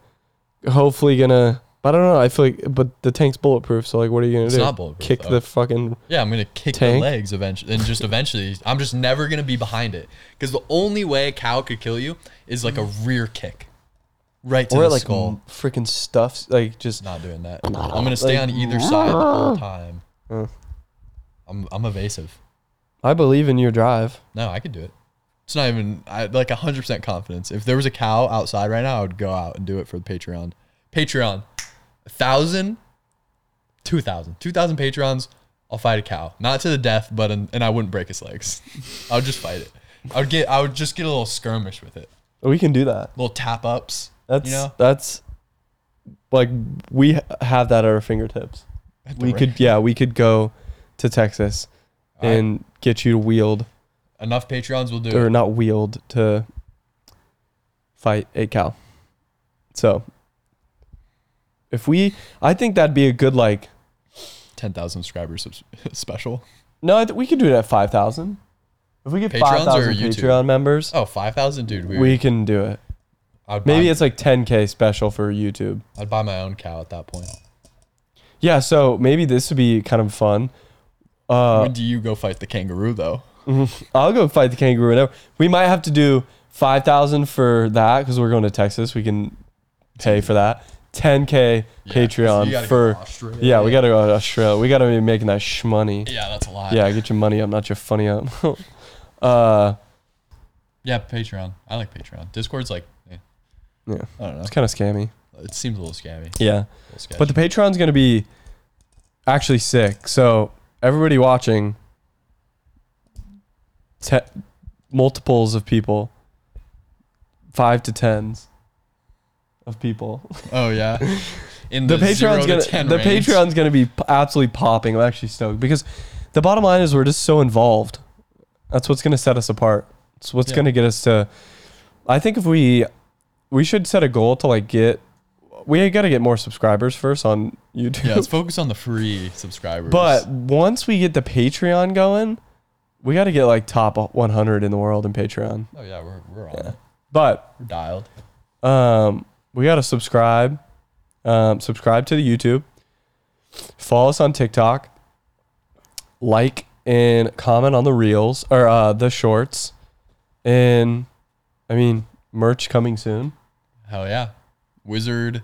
S2: hopefully gonna. I don't know. I feel like, but the tank's bulletproof. So like, what are you gonna
S4: It's
S2: do?
S4: not bulletproof,
S2: Kick
S4: though.
S2: the fucking.
S4: Yeah, I'm gonna kick the
S2: Tank.
S4: legs eventually, and just eventually, I'm just never gonna be behind it because the only way a cow could kill you is like a rear kick, right to
S2: Or
S4: the
S2: it like
S4: skull.
S2: freaking stuffs. Like just.
S4: Not doing that. I'm gonna stay on either side the whole time.
S2: uh.
S4: I'm I'm evasive.
S2: I believe in your drive.
S4: No, I could do it. It's not even I, like 100 percent confidence. If there was a cow outside right now, I would go out and do it for the Patreon. Patreon, a thousand, two thousand, two thousand Patreons. I'll fight a cow, not to the death, but an, and I wouldn't break its legs. I would just fight it. I would get I would just get a little skirmish with it,
S2: We can do that.
S4: little tap ups.
S2: That's
S4: you know,
S2: that's. Like we ha- have that at our fingertips.
S4: the
S2: We
S4: ra-
S2: could yeah we could go to Texas,
S4: right.
S2: and get you to wield.
S4: enough Patreons will do
S2: or
S4: it.
S2: not wield to fight a cow. So if we, I think that'd be a good like.
S4: Ten thousand subscribers subs- special.
S2: No, I th- we could do it at five thousand. If we get
S4: Patreons
S2: five thousand
S4: or YouTube?
S2: Patreon members,
S4: Oh, 5,000, dude. We,
S2: we can do it.
S4: I'd
S2: Maybe
S4: buy,
S2: it's like ten k special for YouTube.
S4: I'd buy my own cow at that point.
S2: Yeah, so maybe this would be kind of fun. Uh,
S4: when do you go fight the kangaroo though?
S2: I'll go fight the kangaroo. Whenever we might have to do five thousand for that because we're going to Texas. We can pay for that. Ten k
S4: you gotta
S2: Patreon
S4: go
S2: for
S4: to Australia.
S2: yeah. We gotta go to Australia. We gotta be making that shmoney.
S4: Yeah, that's a lot.
S2: Yeah, get your money up, not your funny up. uh,
S4: Yeah, Patreon. I like Patreon. Discord's like, eh,
S2: yeah,
S4: I don't know.
S2: it's kind of scammy.
S4: It seems a little scammy.
S2: Yeah,
S4: A little sketchy.
S2: but the Patreon's gonna be actually sick. So everybody watching, te- multiples of people, five to tens of people.
S4: oh yeah, in
S2: the,
S4: the,
S2: Patreon's
S4: zero
S2: gonna
S4: to ten
S2: the
S4: range.
S2: Patreon's gonna be p- absolutely popping. I'm actually stoked because the bottom line is we're just so involved. That's what's gonna set us apart. It's what's
S4: Yeah.
S2: gonna get us to. I think if we we should set a goal to like get we gotta get more subscribers first on YouTube.
S4: Yeah, let's focus on the free subscribers.
S2: but once we get the Patreon going, we gotta get like top 100 in the world in Patreon.
S4: oh yeah, we're we're on. it.
S2: But
S4: We're dialed.
S2: um, we gotta subscribe. Um, subscribe to the YouTube. Follow us on TikTok. Like and comment on the reels or uh, the shorts. And I mean, merch coming soon.
S4: Hell yeah, wizard,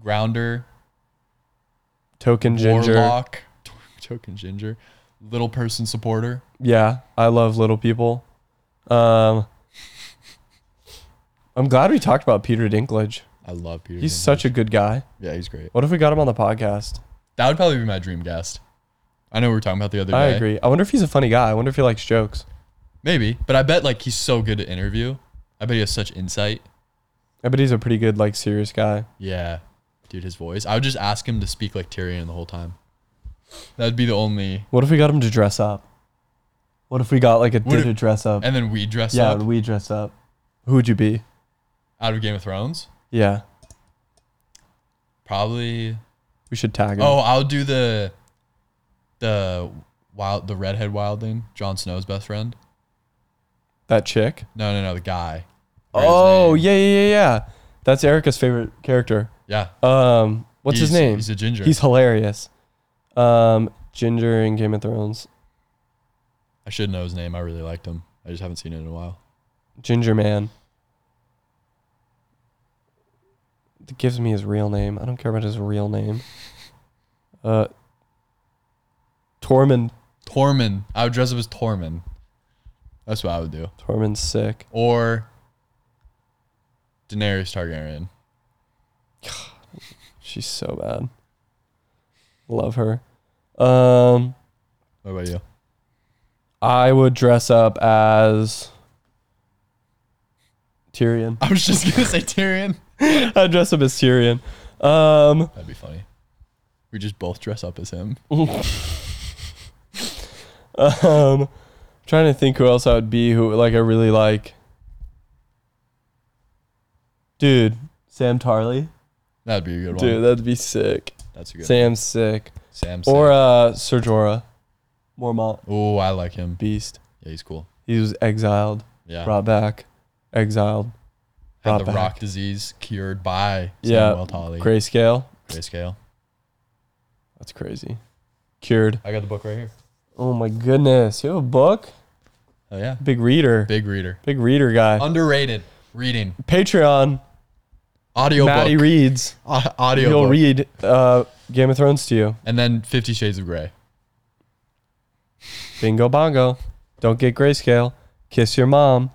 S4: grounder,
S2: Token Ginger.
S4: warlock, token ginger, little person supporter.
S2: Yeah, I love little people. Um, I'm glad we talked about Peter Dinklage.
S4: I love Peter.
S2: He's
S4: Dinklage.
S2: such a good guy.
S4: yeah, he's great.
S2: What if we got him on the podcast?
S4: That would probably be my dream guest. I know we were talking about the other day.
S2: I agree. I wonder if he's a funny guy. I wonder if he likes jokes.
S4: Maybe, but I bet like he's so good to interview. I bet he has such insight.
S2: I bet he's a pretty good, like, serious guy.
S4: Yeah. Dude, his voice. I would just ask him to speak like Tyrion the whole time. That'd be the only.
S2: What if we got him to dress up? What if we got like a
S4: What
S2: dude
S4: if-
S2: to dress up?
S4: And then we dress
S2: yeah,
S4: up
S2: we dress up. Who would you be?
S4: out of Game of Thrones.
S2: Yeah,
S4: Probably.
S2: we should tag him.
S4: Oh, I'll do the the wild the redhead wildling, Jon Snow's best friend.
S2: That chick.
S4: No, no, no, the guy. his
S2: Oh
S4: name.
S2: yeah, yeah, yeah, yeah. That's Erica's favorite character.
S4: yeah.
S2: Um, what's his
S4: He's-
S2: name?
S4: He's a ginger.
S2: He's hilarious. Um, Ginger in Game of Thrones.
S4: I should know his name. I really liked him. I just haven't seen it in a while.
S2: Ginger Man. It gives me his real name. I don't care about his real name. Uh, Tormund.
S4: Tormund. I would dress up as Tormund. That's what I would do.
S2: Tormund's sick.
S4: Or Daenerys Targaryen.
S2: She's so bad. Love her. Um,
S4: What about you?
S2: I would dress up as Tyrion.
S4: I was just gonna say Tyrion.
S2: I'd dress up as Tyrion. Um,
S4: That'd be funny. We just both dress up as him.
S2: um, trying to think who else I would be who like I really like. Dude, Sam Tarley.
S4: That'd be a good one.
S2: Dude, that'd be sick.
S4: That's a good
S2: Sam's sick.
S4: Sam.
S2: Or uh, Ser Jorah, Mormont,
S4: oh, I like him.
S2: beast.
S4: Yeah, he's cool.
S2: He was exiled,
S4: Yeah.
S2: brought back, exiled.
S4: Had
S2: brought
S4: the
S2: back.
S4: rock disease cured by
S2: Yeah,
S4: Samuel Tolly.
S2: Grayscale.
S4: Grayscale.
S2: That's crazy. Cured.
S4: I got the book right here.
S2: Oh my goodness. You have a book?
S4: Oh yeah.
S2: Big reader. Big,
S4: Big reader.
S2: reader guy.
S4: Underrated reading.
S2: Patreon.
S4: Audio
S2: Maddie
S4: book.
S2: reads.
S4: Au- audio
S2: He'll
S4: book.
S2: read uh, Game of Thrones to you.
S4: and then 50 shades of gray.
S2: Bingo bongo. Don't get grayscale. Kiss your mom.